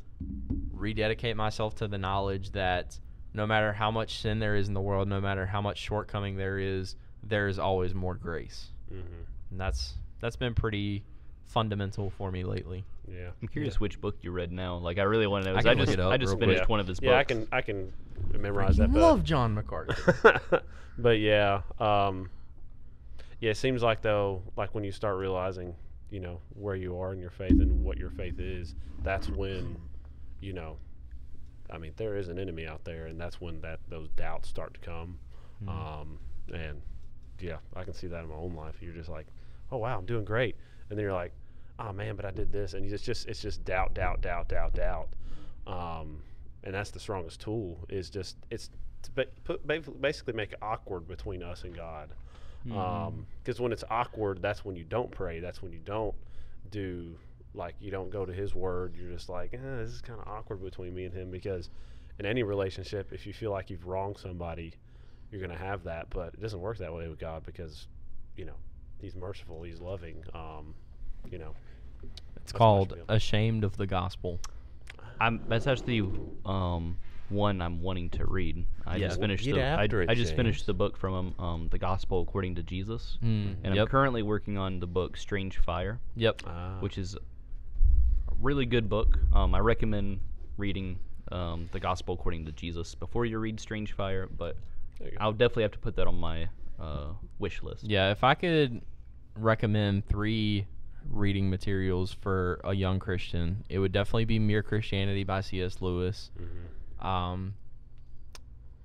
rededicate myself to the knowledge that no matter how much sin there is in the world, no matter how much shortcoming there is, there is always more grace
Mhm.
and that's that's been pretty fundamental for me lately.
Yeah.
I'm curious which book you read now. Like I really want to know.
I
'cause
can
I,
look
just
it up
I just
real
finished
yeah.
one of his books.
Yeah, I can I can memorize that. better.
Love John McCarthy.
but yeah, um, yeah, it seems like though, like when you start realizing, you know, where you are in your faith and what your faith is, that's when, you know, I mean, there is an enemy out there, and that's when that those doubts start to come. Um, and yeah, I can see that in my own life. You're just like, oh wow, I'm doing great, and then you're like, oh man, but I did this, and you just just it's just doubt, doubt, doubt, doubt, doubt. Um, and that's the strongest tool is just it's to ba- put ba- basically make it awkward between us and God. Because when it's awkward, that's when you don't pray. That's when you don't do like you don't go to His Word. You're just like, eh, this is kind of awkward between me and Him. Because in any relationship, if you feel like you've wronged somebody, you're gonna have that. But it doesn't work that way with God because you know He's merciful, He's loving. Um, you know,
It's
That's
called
much real.
Ashamed of the Gospel.
I'm, that's actually um, one I'm wanting to read. I
Yeah.
just finished
Get
the I,
after it,
I just
James.
finished the book from him, um, the Gospel According to Jesus,
Mm,
and I'm
yep.
currently working on the book Strange Fire,
Yep.
which is a really good book. Um, I recommend reading um, the Gospel According to Jesus before you read Strange Fire, but
There you go.
I'll definitely have to put that on my uh, wish list.
Yeah. If I could recommend three reading materials for a young Christian, it would definitely be Mere Christianity by C.S. Lewis.
Mm-hmm.
Um,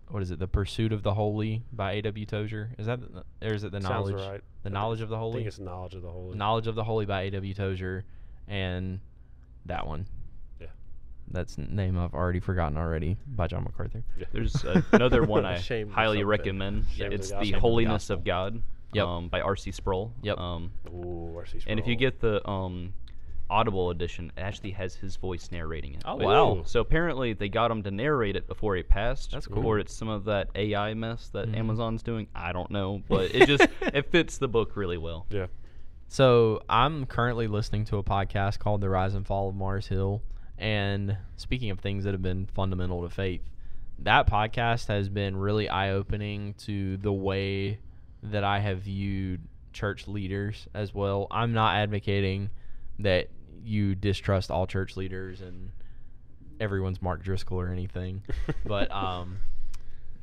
what is it? The Pursuit of the Holy by A.W. Tozier. Is that the, or is it the
Sounds
knowledge?
right.
The knowledge of the
I think
holy.
it's knowledge of the holy.
Knowledge of the Holy by A.W. Tozier, and that one.
Yeah.
That's n- name I've already forgotten already by John MacArthur.
Yeah.
There's another one I
Shame or
highly
something.
recommend.
Shame of the
it's
Gospel.
the
Shame of the
Holiness of God.
Yep.
Um, by R.C. Sproul.
Yep.
Um,
Ooh, R.C.
and if you
Sproul.
get the um, Audible edition, it actually has his voice narrating it.
Oh, wow. Ooh.
So apparently they got him to narrate it before he passed.
That's cool.
Or it's some of that AI mess that Amazon's doing. I don't know, but it just it fits the book really well.
yeah,
So I'm currently listening to a podcast called The Rise and Fall of Mars Hill. And speaking of things that have been fundamental to faith, that podcast has been really eye opening to the way that I have viewed church leaders as well. I'm not advocating that you distrust all church leaders and everyone's Mark Driscoll or anything. but um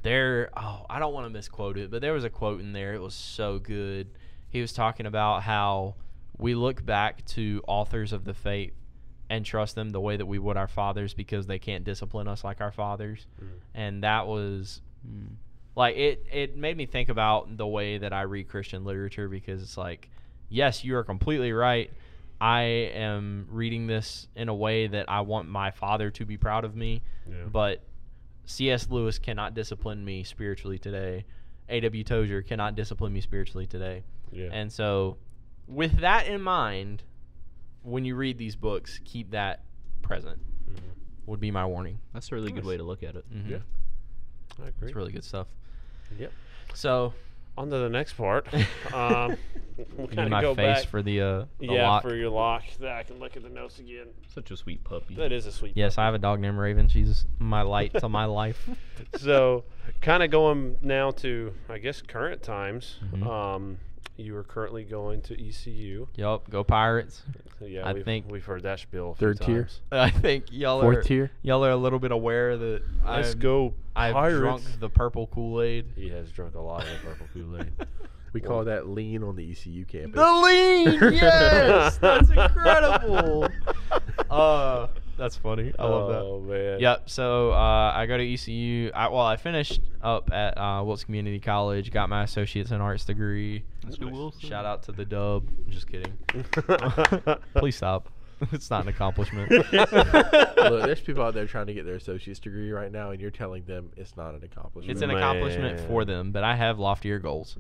there oh, I don't want to misquote it, but there was a quote in there. It was so good. He was talking about how we look back to authors of the faith and trust them the way that we would our fathers because they can't discipline us like our fathers.
Mm,
And that was
Mm.
like it it made me think about the way that I read Christian literature because it's like yes, you are completely right. I am reading this in a way that I want my father to be proud of me,
yeah.
but C.S. Lewis cannot discipline me spiritually today. A.W. Tozier cannot discipline me spiritually today.
yeah.
And so, with that in mind, when you read these books, keep that present,
Mhm.
would be my warning.
That's a really good way to look at it.
Mhm.
Yeah. I agree.
It's really good stuff.
Yep.
So,
On to the next part. Um, we'll
you need
kind
my
of go
face
back.
for the, uh, the
yeah,
lock.
for your lock. That I can look at the notes again.
Such a sweet puppy.
That is a sweet.
Yes, I have a dog named Raven. She's my light to my life.
so kind of going now to i guess current times
Mhm.
um, you are currently going to ecu
Yup, go Pirates.
So, yeah
I
we've,
think-
we've heard that spiel a few
Third tier.
times.
I think y'all are
Fourth tier.
y'all are a little bit aware that
let's
I'm-
go
I've
pirates
drunk the purple Kool Aid.
he has drunk a lot of the purple kool-aid
We call that lean on the ECU campus.
The lean, yes, that's incredible. Uh, that's funny. I love that.
oh man
Yep. So uh, I go to ECU. I, well, I finished up at uh, Wilkes Community College, got my associates in arts degree.
Let's go, Wilson.
Shout out to the dub. Just kidding. Please stop. it's not an accomplishment.
Look, there's people out there trying to get their associate's degree right now, and you're telling them it's not an accomplishment.
It's an accomplishment for
Man.
them, but I have loftier goals.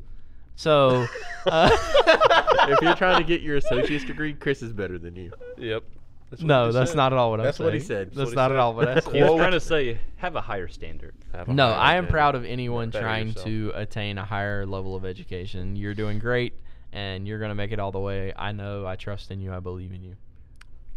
So, uh,
if you're trying to get your associate's degree, Chris is better than you.
yep That's what
no,
he
that's
said.
not at all what
That's
I'm
what he
saying.
said. That's
That's
what he
not
said.
at all what I
He was
said.
Quote.
trying to say, have a higher standard.
Have a
No,
higher
I am
standard.
proud of anyone
Better
trying
yourself.
to attain a higher level of education. You're doing great, and you're gonna make it all the way. I know. I trust in you. I believe in you.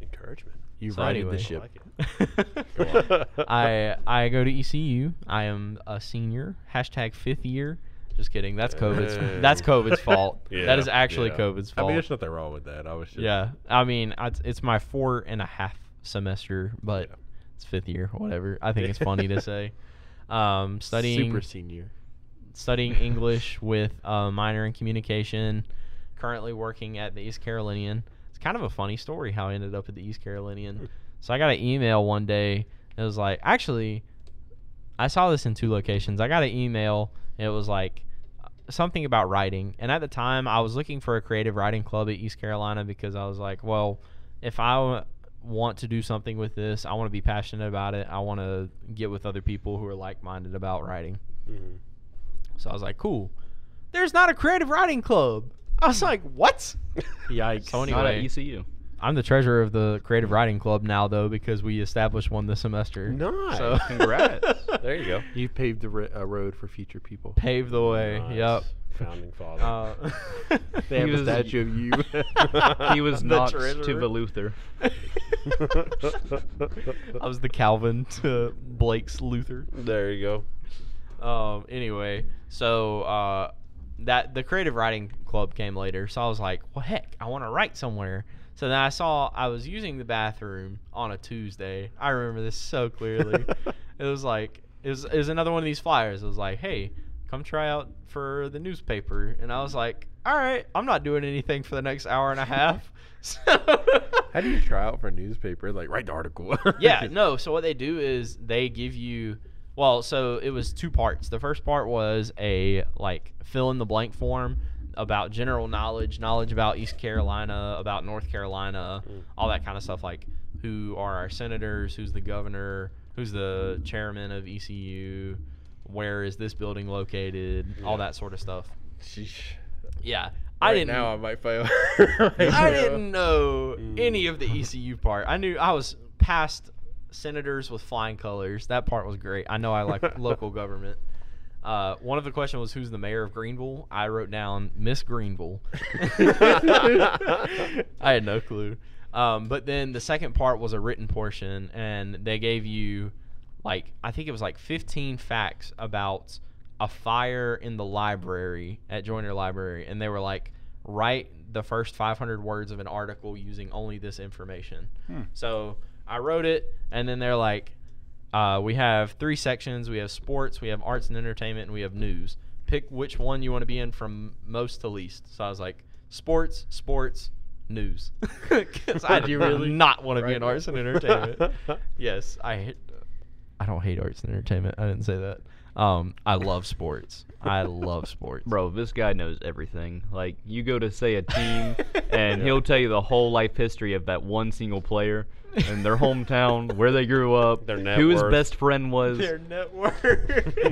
encouragement
You've
So
righted
anyway.
the
I
ship.
like it.
I I go to ECU. I am a senior. Hashtag fifth year. Just kidding. That's COVID's. That's
Dang.
COVID's fault. that is
Yeah,
actually
yeah.
COVID's
I
fault.
mean, there's nothing wrong with that. I was just
yeah. I mean, it's, it's my four and a half semester, but
Yeah.
it's fifth year. Whatever. I think it's funny to say. Um, studying
super senior.
studying English with a minor in communication. Currently working at the East Carolinian. It's kind of a funny story how I ended up at the East Carolinian. So I got an email one day. It was like, actually, I saw this in two locations. I got an email. It was like uh, something about writing. And at the time, I was looking for a creative writing club at East Carolina because I was like, well, if I w- want to do something with this, I want to be passionate about it. I want to get with other people who are like minded about writing.
Mhm.
So I was like, cool. There's not a creative writing club. I was like, what?
Yikes!
So
Not at
anyway,
ECU.
I'm the treasurer of the creative writing club now, though, because we established one this semester.
nice
So
Congrats.
there you go
You paved the ri- uh, road for future people.
Pave the way.
Nice.
Yep.
founding father
Uh,
They have
He
a
was-
statue of you.
He was
The
not to
treasurer.
Valuther.
I was the Calvin to Blake's Luther.
there you go
Um, anyway, so uh, that the creative writing club came later, so I was like, well, heck, I want to write somewhere. So then I saw I was using the bathroom on a Tuesday. I remember this so clearly. it was like it was, it was another one of these flyers. It was like, hey, come try out for the newspaper. And I was like, all right, I'm not doing anything for the next hour and a half. so
How do you try out for a newspaper? Like write the article.
yeah, no. So what they do is they give you well, so it was two parts. The first part was a like fill in the blank form about general knowledge, knowledge about East Carolina, about North Carolina,
Mm.
all that kind of stuff like who are our senators, who's the governor, who's the chairman of ECU, where is this building located, all that sort of stuff.
Sheesh.
Yeah.
Right
I didn't
now I might fail.
I didn't know any of the ECU part. I knew I was past senators with flying colors. That part was great. I know I like local government. Uh, one of the questions was who's the mayor of Greenville. I wrote down Miss Greenville. I had no clue. Um, but then the second part was a written portion, and they gave you like I think it was like 15 facts about a fire in the library at Joyner Library, and they were like, write the first 500 words of an article using only this information. So I wrote it, and then they're like, uh, we have three sections. We have sports, we have arts and entertainment, and we have news. Pick which one you want to be in from most to least. So I was like, sports, sports, news. 'Cause I
Did
do
you really?
not want to be
Right.
in arts and entertainment. yes, I hate. I don't hate arts and entertainment. I didn't say that. Um, I love sports. I love sports.
Bro, this guy knows everything. Like, you go to say a team, and he'll tell you the whole life history of that one single player, and their hometown, where they grew up,
Their net
who
worth.
his best friend was.
network.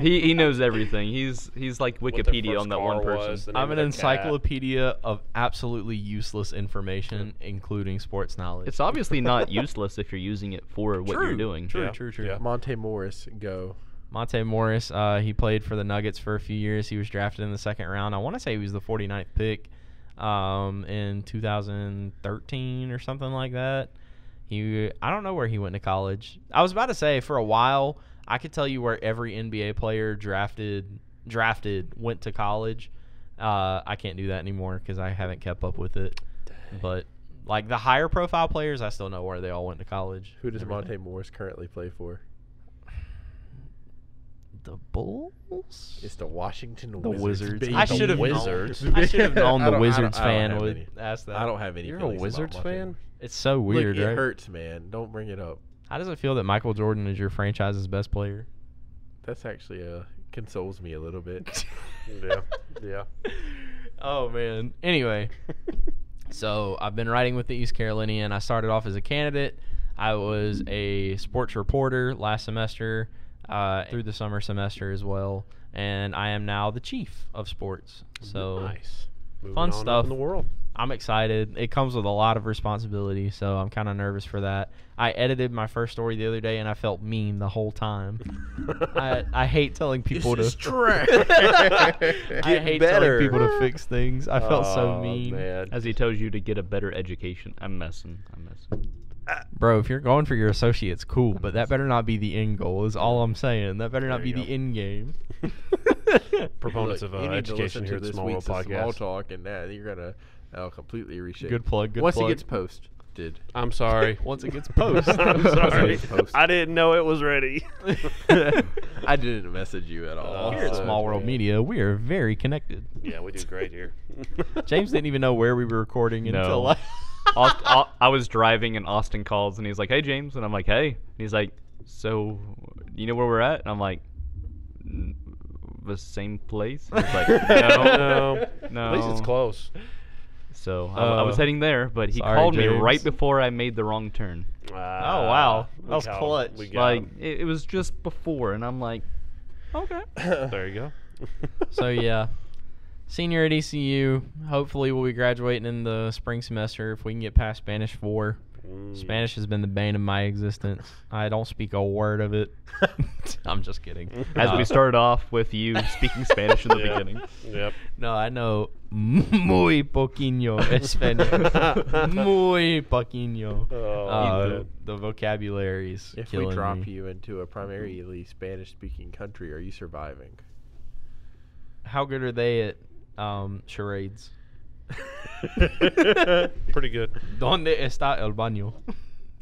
He he knows everything. He's he's like
What their
Wikipedia
first
on that
car
one person.
was, the name
I'm
of
an
their cat.
encyclopedia of absolutely useless information, including sports knowledge.
It's obviously not useless if you're using it for what you're doing.
True,
Yeah.
true, true.
Yeah.
Monte Morris, go.
Monte Morris, uh, he played for the Nuggets for a few years. He was drafted in the second round. I want to say he was the 49th pick um, in 2013 or something like that. He, I don't know where he went to college. I was about to say for a while, I could tell you where every NBA player drafted drafted went to college. Uh, I can't do that anymore because I haven't kept up with it. But like the higher profile players, I still know where they all went to college.
Who does
Everything.
Monte Morris currently play for?
The Bulls.
It's the Washington
The
Wizards.
Wizards.
baby.
I should have
Wizards.
known. I should have known
I
the
don't- I don't-
Wizards
I don't
fan
have
would
any.
ask that.
I don't have any.
You're a
feelings about
Wizards
Monte
fan?
Morris.
It's so
Look,
weird,
it
right?
hurts, man. Don't bring it up.
How does it feel that Michael Jordan is your franchise's best player?
That's actually uh consoles me a little bit.
Yeah, yeah.
oh man. Anyway, so I've been writing with the East Carolinian. I started off as a candidate. I was a sports reporter last semester, uh, through the summer semester as well, and I am now the chief of sports. So
nice. Moving
Fun
on up
stuff.
in the world.
I'm excited. It comes with a lot of responsibility, so I'm kind of nervous for that. I edited my first story the other day, and I felt mean the whole time. I, I hate telling people to.
trash.
I hate telling
better.
people to fix things. I felt so
Oh,
mean,
Man.
As he tells you to get a better education. I'm messing. I'm messing.
bro. If you're going for your associates, cool, but that better not be the end goal. Is all I'm saying. That better not be
There you
the end game.
Proponents
Look,
of uh,
you need to
education
listen
here
to
at the
this
Small World
week's Small
Podcast.
talk and that you're gonna that'll completely reshape.
Good plug. Good
Once
plug.
it gets posted,
I'm sorry.
Once it gets post.
I'm sorry.
Post.
I didn't know it was ready.
I didn't message you at all.
Here at
Uh,
Small World
yeah.
Media, we are very connected.
yeah, we do great here.
James didn't even know where we were recording
No.
until like
Aust- Au- I was driving and Austin calls and he's like, "Hey James," and I'm like, "Hey," and he's like, "So, you know where we're at?" And I'm like, "N- "The same place." And he's like, "No,
no,
no."
At least it's close.
So I, I was
Oh.
heading there, but he
Sorry,
called me right
James.
before I made the wrong turn.
oh
wow. That was clutch.
We got
Like
'em.
it, it was just before, and I'm like, "Okay."
there you go.
so yeah senior at ecu hopefully we'll be graduating in the spring semester if we can get past spanish 4
Mm.
spanish has been the bane of my existence i don't speak a word of it i'm just kidding Uh,
As
No.
we started off with you speaking Spanish in the
Yeah.
beginning.
Yep.
no i know muy poquino español muy poquino
Oh,
uh,
man.
the vocabularies
if we
killing
drop
me.
you into a primarily Spanish-speaking country, are you surviving?
how good are they at um, charades
Pretty good.
donde está el baño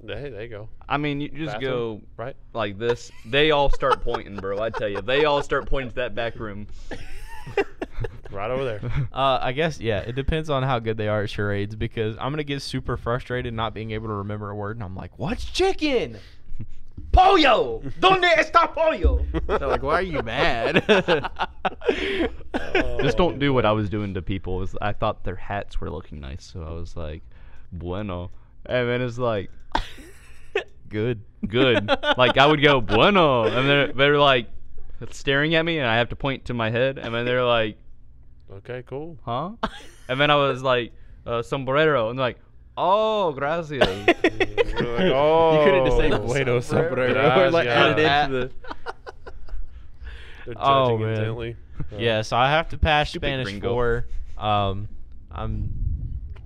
Hey, there you go.
I mean, you just
Bathroom,
go
right.
like this. They all start pointing, bro. I tell you, they all start pointing to that back room.
Right over there.
Uh, I guess yeah. It depends on how good they are at charades because I'm gonna get super frustrated not being able to remember a word, and I'm like, "What's chicken? Pollo? Donde está pollo?"
They're like, why are you mad?
Just don't do what I was doing to people. It was- I thought their hats were looking nice, so I was like, bueno. And then it's like,
Good.
good. like, I would go, bueno. And they're, they're like staring at me, and I have to point to my head. And then they're like,
okay, cool.
huh? And then I was like, uh, sombrero. And they're like, oh, gracias.
oh,
you couldn't just say
Oh.
bueno sombrero or
Sombrero.
like add it
Yeah.
into the.
They're judging
Oh, man.
intently. Uh,
Yeah, so I have to pass
Stupid
Spanish
gringo.
four. Um, I'm.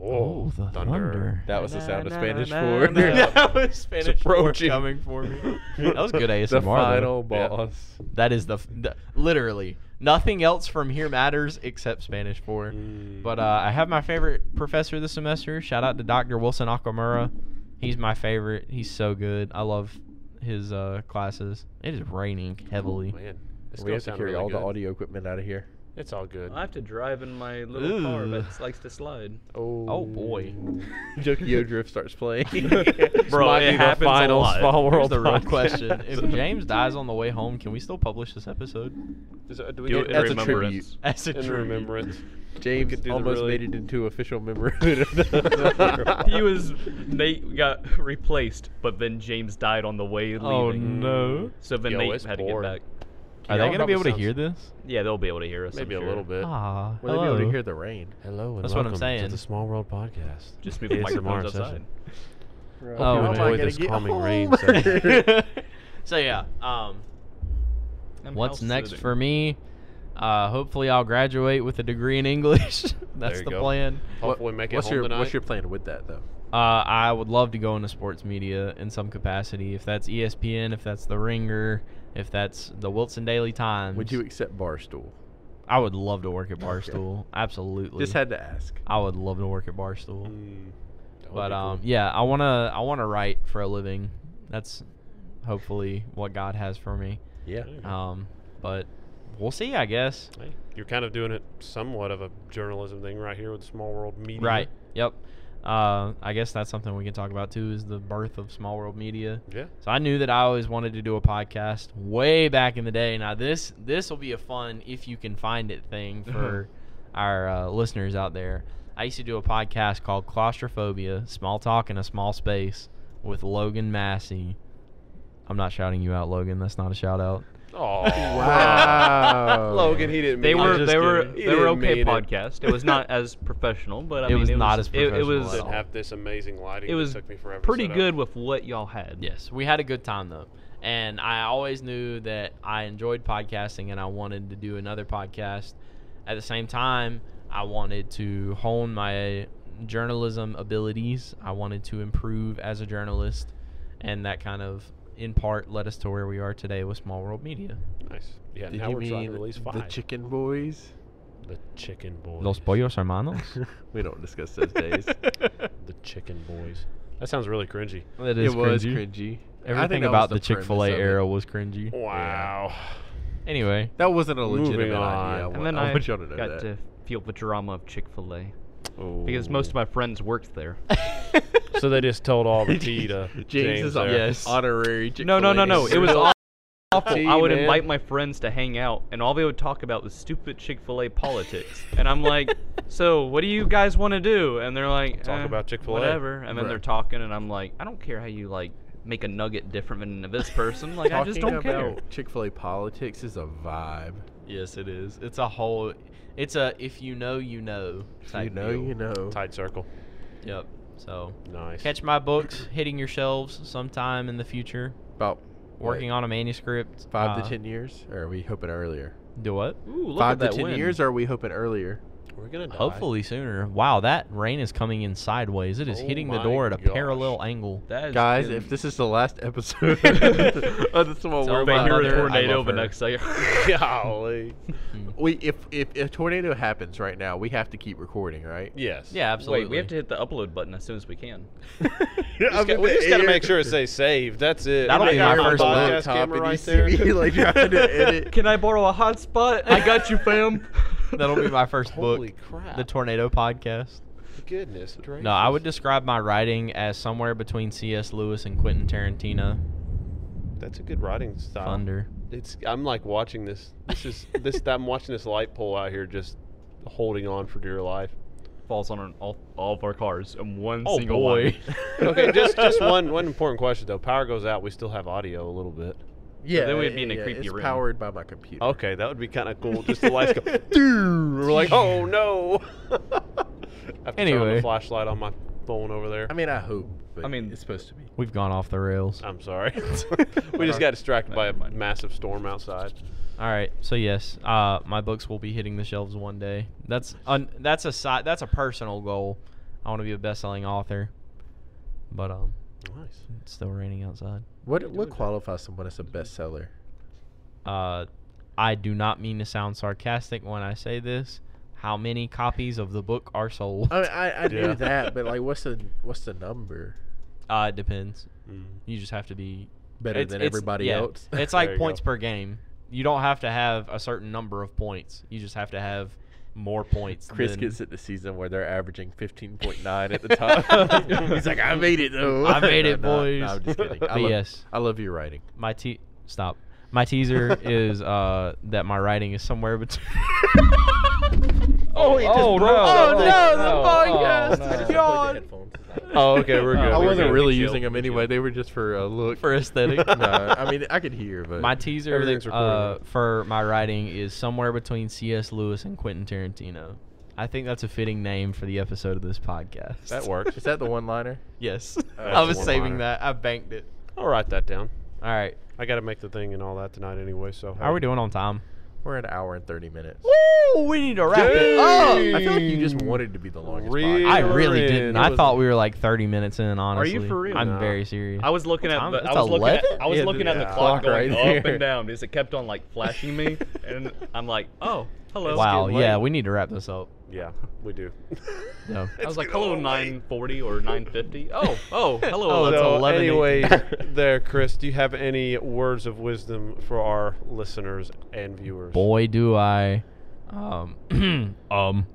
Oh,
the
thunder.
That was the sound of
Na, na,
Spanish
na, na,
for.
na.
that was Spanish four
approaching.
coming for me. That was good ASMR.
The
though.
final
Yeah.
boss.
That is the, f- the literally nothing else from here matters except Spanish four.
Mm.
But uh, I have my favorite professor this semester. Shout out to Dr. Wilson Akamura. He's my favorite. He's so good. I love his uh, classes. It is raining heavily.
Oh,
man, this
We
don't
have to
sound
carry
really
all the
good.
audio equipment out of here.
It's all good.
I have to drive in my little car
Ooh.
that just likes to slide.
Oh,
Oh boy.
Tokyo Drift starts playing.
Bro, it happens a
final
lot.
Small
Here's
World
the real
podcast.
question: If James dies on the way home, can we still publish this episode
Is it- do we get
Do it in
that's a
remembrance.
as a
in
tribute?
remembrance?
James
could do the
almost
really-
made it into official memberhood. of the-
he was Nate got replaced, but then James died on the way leaving.
Oh no!
So then
Yo,
Nate
it's
had
boring.
to get back.
Are
Yeah,
they
it
gonna be
probably
able to
sounds-
hear this?
Yeah, they'll be able to hear us. I'm
Maybe a
sure.
little bit.
Ah,
Will they be able to
hello.
hear the rain?
Hello, and
That's what I'm
welcome to
saying.
the Small World Podcast.
Just move the
ASMR
microphones
session.
outside.
Oh,
How am I
enjoy
gonna
this
get
calming
oh
home?
rain session.
so yeah, um,
I'm
what's
house
next
sitting.
for me? Uh, hopefully, I'll graduate with a degree in English. That's
you
the
go.
plan.
Hopefully, make it
what's
home
your
tonight.
What's your plan with that though?
Uh, I would love to go into sports media in some capacity. If that's E ESPN, if that's The Ringer, if that's the Wilson Daily Times,
Would you accept Barstool?
I would love to work at Barstool. Absolutely.
Just had to ask.
I would love to work at Barstool.
Mm, that would
But
be cool.
um, yeah, I wanna I wanna write for a living. That's hopefully what God has for me.
Yeah.
Um, but we'll see, I guess.
Hey, you're kind of doing it somewhat of a journalism thing right here with Small World Media.
Right. Yep. Uh, I guess that's something we can talk about too is the birth of small world media.
Yeah.
So I knew that I always wanted to do a podcast way back in the day. Now this this will be a fun if you can find it thing for our uh, listeners out there. I used to do a podcast called Claustrophobia: Small Talk in a Small Space with Logan Massey. I'm not shouting you out, Logan. That's not a shout out.
Oh.
Wow.
Logan, he didn't
They
mean
I'm
were
it.
just
they were
kidding.
He
they were
didn't
okay
mean it.
podcast. It was not as professional, but I
It
mean
was
it
not
was
as
it- It,
professional
was
at all.
Didn't have this amazing lighting.
it was
that took me forever. to
pretty
set up.
good with what y'all had.
Yes, we had a good time though. And I always knew that I enjoyed podcasting and I wanted to do another podcast. At the same time, I wanted to hone my journalism abilities. I wanted to improve as a journalist. And that kind of, in part, led us to where we are today with Small World Media.
Nice. Yeah.
Did
now
you
we're trying to
mean
release five.
the Chicken Boys?
The chicken boys.
hermanos?
we don't discuss those days.
The chicken boys. That sounds really cringy.
That
it was cringy. I think
Everything
that
about the
was
Chick fil A
premise of it.
era was cringy.
Wow.
Anyway,
That wasn't a
Moving
legitimate
on.
idea. I,
And
want,
And then
I
I,
want y'all to know
got
that.
to feel the drama of Chick Fil A
Oh.
because most of my friends worked there.
So they just told all the tea to
James,
James
is
there.
on
Yes.
honorary.
No, no, no, no. It was
Chick-fil-A.
aw- awful.
Gee,
I would
man.
invite my friends to hang out, and all they would talk about was stupid Chick Fil A politics. and I'm like, "So, what do you guys want to do?" And they're like,
Talk
"Eh,
about Chick-fil-A."
whatever." And then
Right.
they're talking, and I'm like, "I don't care how you like make a nugget different than this person. Like, I just
Talking
don't care."
about Chick-fil-A politics is a vibe.
yes, it is. It's a whole, it's a if you know, you know.
If you
type
know,
deal.
you know.
Tight circle.
Yep. So
Nice.
catch my books hitting your shelves sometime in the future.
About
Working on a manuscript.
what, five
uh,
to ten years, or are we hoping earlier?
Do what?
Ooh, look
five
at that
to ten
win.
years, or are we hoping earlier?
We're gonna die.
Hopefully sooner. Wow, that rain is coming in sideways. It is
Oh
hitting the
my
door at a
gosh.
parallel angle.
That is
Guys,
gonna
if
be-
this is the last episode of the small
Tell
world,
me
my
you're
mother,
a
I
tornado,
love
but
her.
next second.
Golly.
Hmm.
we if, if if a tornado happens right now, we have to keep recording, right?
Yes.
Yeah, absolutely.
Wait, we have to hit the upload button as soon as we can.
We just, got, we just gotta make sure it says saved. That's it.
That'll
I
be
got
my first
podcast
look.
camera
and you
right
see
there.
me, like trying to edit.
Can I borrow a hotspot? I got you, fam.
That'll be my first
Holy
book,
crap!
the tornado podcast.
Goodness gracious.
No, I would describe my writing as somewhere between C.S. Lewis and Quentin Tarantino.
That's a good writing style.
Thunder.
It's. I'm like watching this. This is this. I'm watching this light pole out here, just holding on for dear life.
Falls on all, all of our cars in one
Oh
single
boy.
line.
Okay, just just one one important question though. Power goes out. We still have audio a little bit.
Yeah,
then we'd be in a creepy
it's
room.
powered by my computer.
Okay, that would be kind of cool. Just the lights go. "Doo." We're like, oh no. I have to turn on
Anyway.
the flashlight on my phone over there.
I mean, I hope. But
I mean-
it's supposed to be.
We've gone off the rails.
I'm sorry. we just got distracted by a massive storm outside.
All right, so yes, uh, my books will be hitting the shelves one day. That's un- that's a si- that's a personal goal. I want to be a best-selling author, but um,
Nice.
it's still raining outside.
What what qualifies someone as a bestseller?
Uh, I do not mean to sound sarcastic when I say this. How many copies of the book are sold?
I mean, I, I
Yeah.
knew that, but like, what's the what's the number?
Uh, it depends.
Mm.
You just have to be
Better
it's-
than
it's-
everybody
yeah.
else.
It's
There
like
you
points
go.
per game. You don't have to have a certain number of points. You just have to have more points.
Chris
than-
gets at the season where they're averaging 15.9 at the top. He's like, I made it though.
I made it,
No, no, no,
boys.
I'm just kidding. I
But
love,
yes.
I love your writing.
my te- stop. My teaser is uh, that my writing is somewhere between.
Oh,
broke
Oh,
the-
no,
the podcast is
no.
gone.
Oh, okay, we're
Oh,
good.
I
we
we're
were
wasn't
good.
gonna
really
be
using
chill,
them
be
anyway.
chill.
They were just for a look.
for aesthetic.
no, I mean, I could hear, but
My teaser
Everything's
uh,
recorded.
for my writing is somewhere between C.S. Lewis and Quentin Tarantino. I think that's a fitting name for the episode of this podcast.
That works.
is that the one liner?
Yes.
That's
I
a
was saving
one-liner.
that. I banked it.
I'll write that down.
All right.
I got to make the thing and all that tonight anyway. So
How are we doing on time?
We're an hour and 30 minutes.
Woo! We need to wrap it
I
up.
Dang.
feel like you just wanted to be the longest.
Really?
podcast.
I really
It
didn't.
was-
I thought we were like 30 minutes in, honestly.
for real?
I'm
No.
very serious.
I was looking at
time?
the, I
It's
was looking at,
11?
I was
Yeah,
looking
the-
at the
yeah.
clock
Clock
going
right
up
there.
and down because it kept on like flashing me, and I'm like, oh, hello.
wow.
It's getting
Yeah,
late.
we need to wrap this up.
Yeah, we do.
No.
I was like, hello, 940 or 950. Oh, oh, hello.
Oh, that's
hello.
so
11,
anyway,
18.
there, Chris. Do you have any words of wisdom for our listeners and viewers?
Boy, do I. Um, um,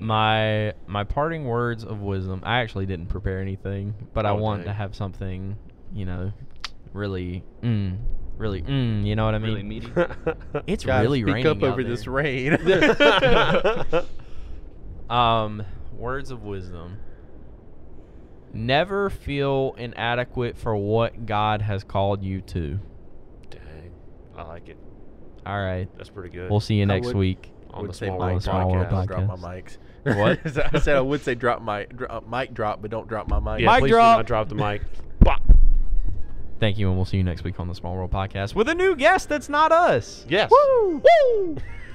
my my parting words of wisdom. I actually didn't prepare anything, but I
Oh,
want
dang.
to have something, you know, really, mm, really, mm, you know what I mean?
really meaty.
It's
Guys,
really
speak
raining
up
out
over this
there.
rain.
Um, words of wisdom. Never feel inadequate for what God has called you to.
Dang, I like it.
All right.
That's pretty good.
We'll see you
I
next
would-
week.
on
would
the
say
small
mic
world
Small World Podcast.
podcast. Drop my mics.
What?
So I said I would say drop my drop, mic drop, but don't drop my mic.
Yeah,
Mic
please do
drop.
not drop the mic.
Thank you, and we'll see you next week on the Small World Podcast with a new guest that's not us.
Yes.
Woo! Woo!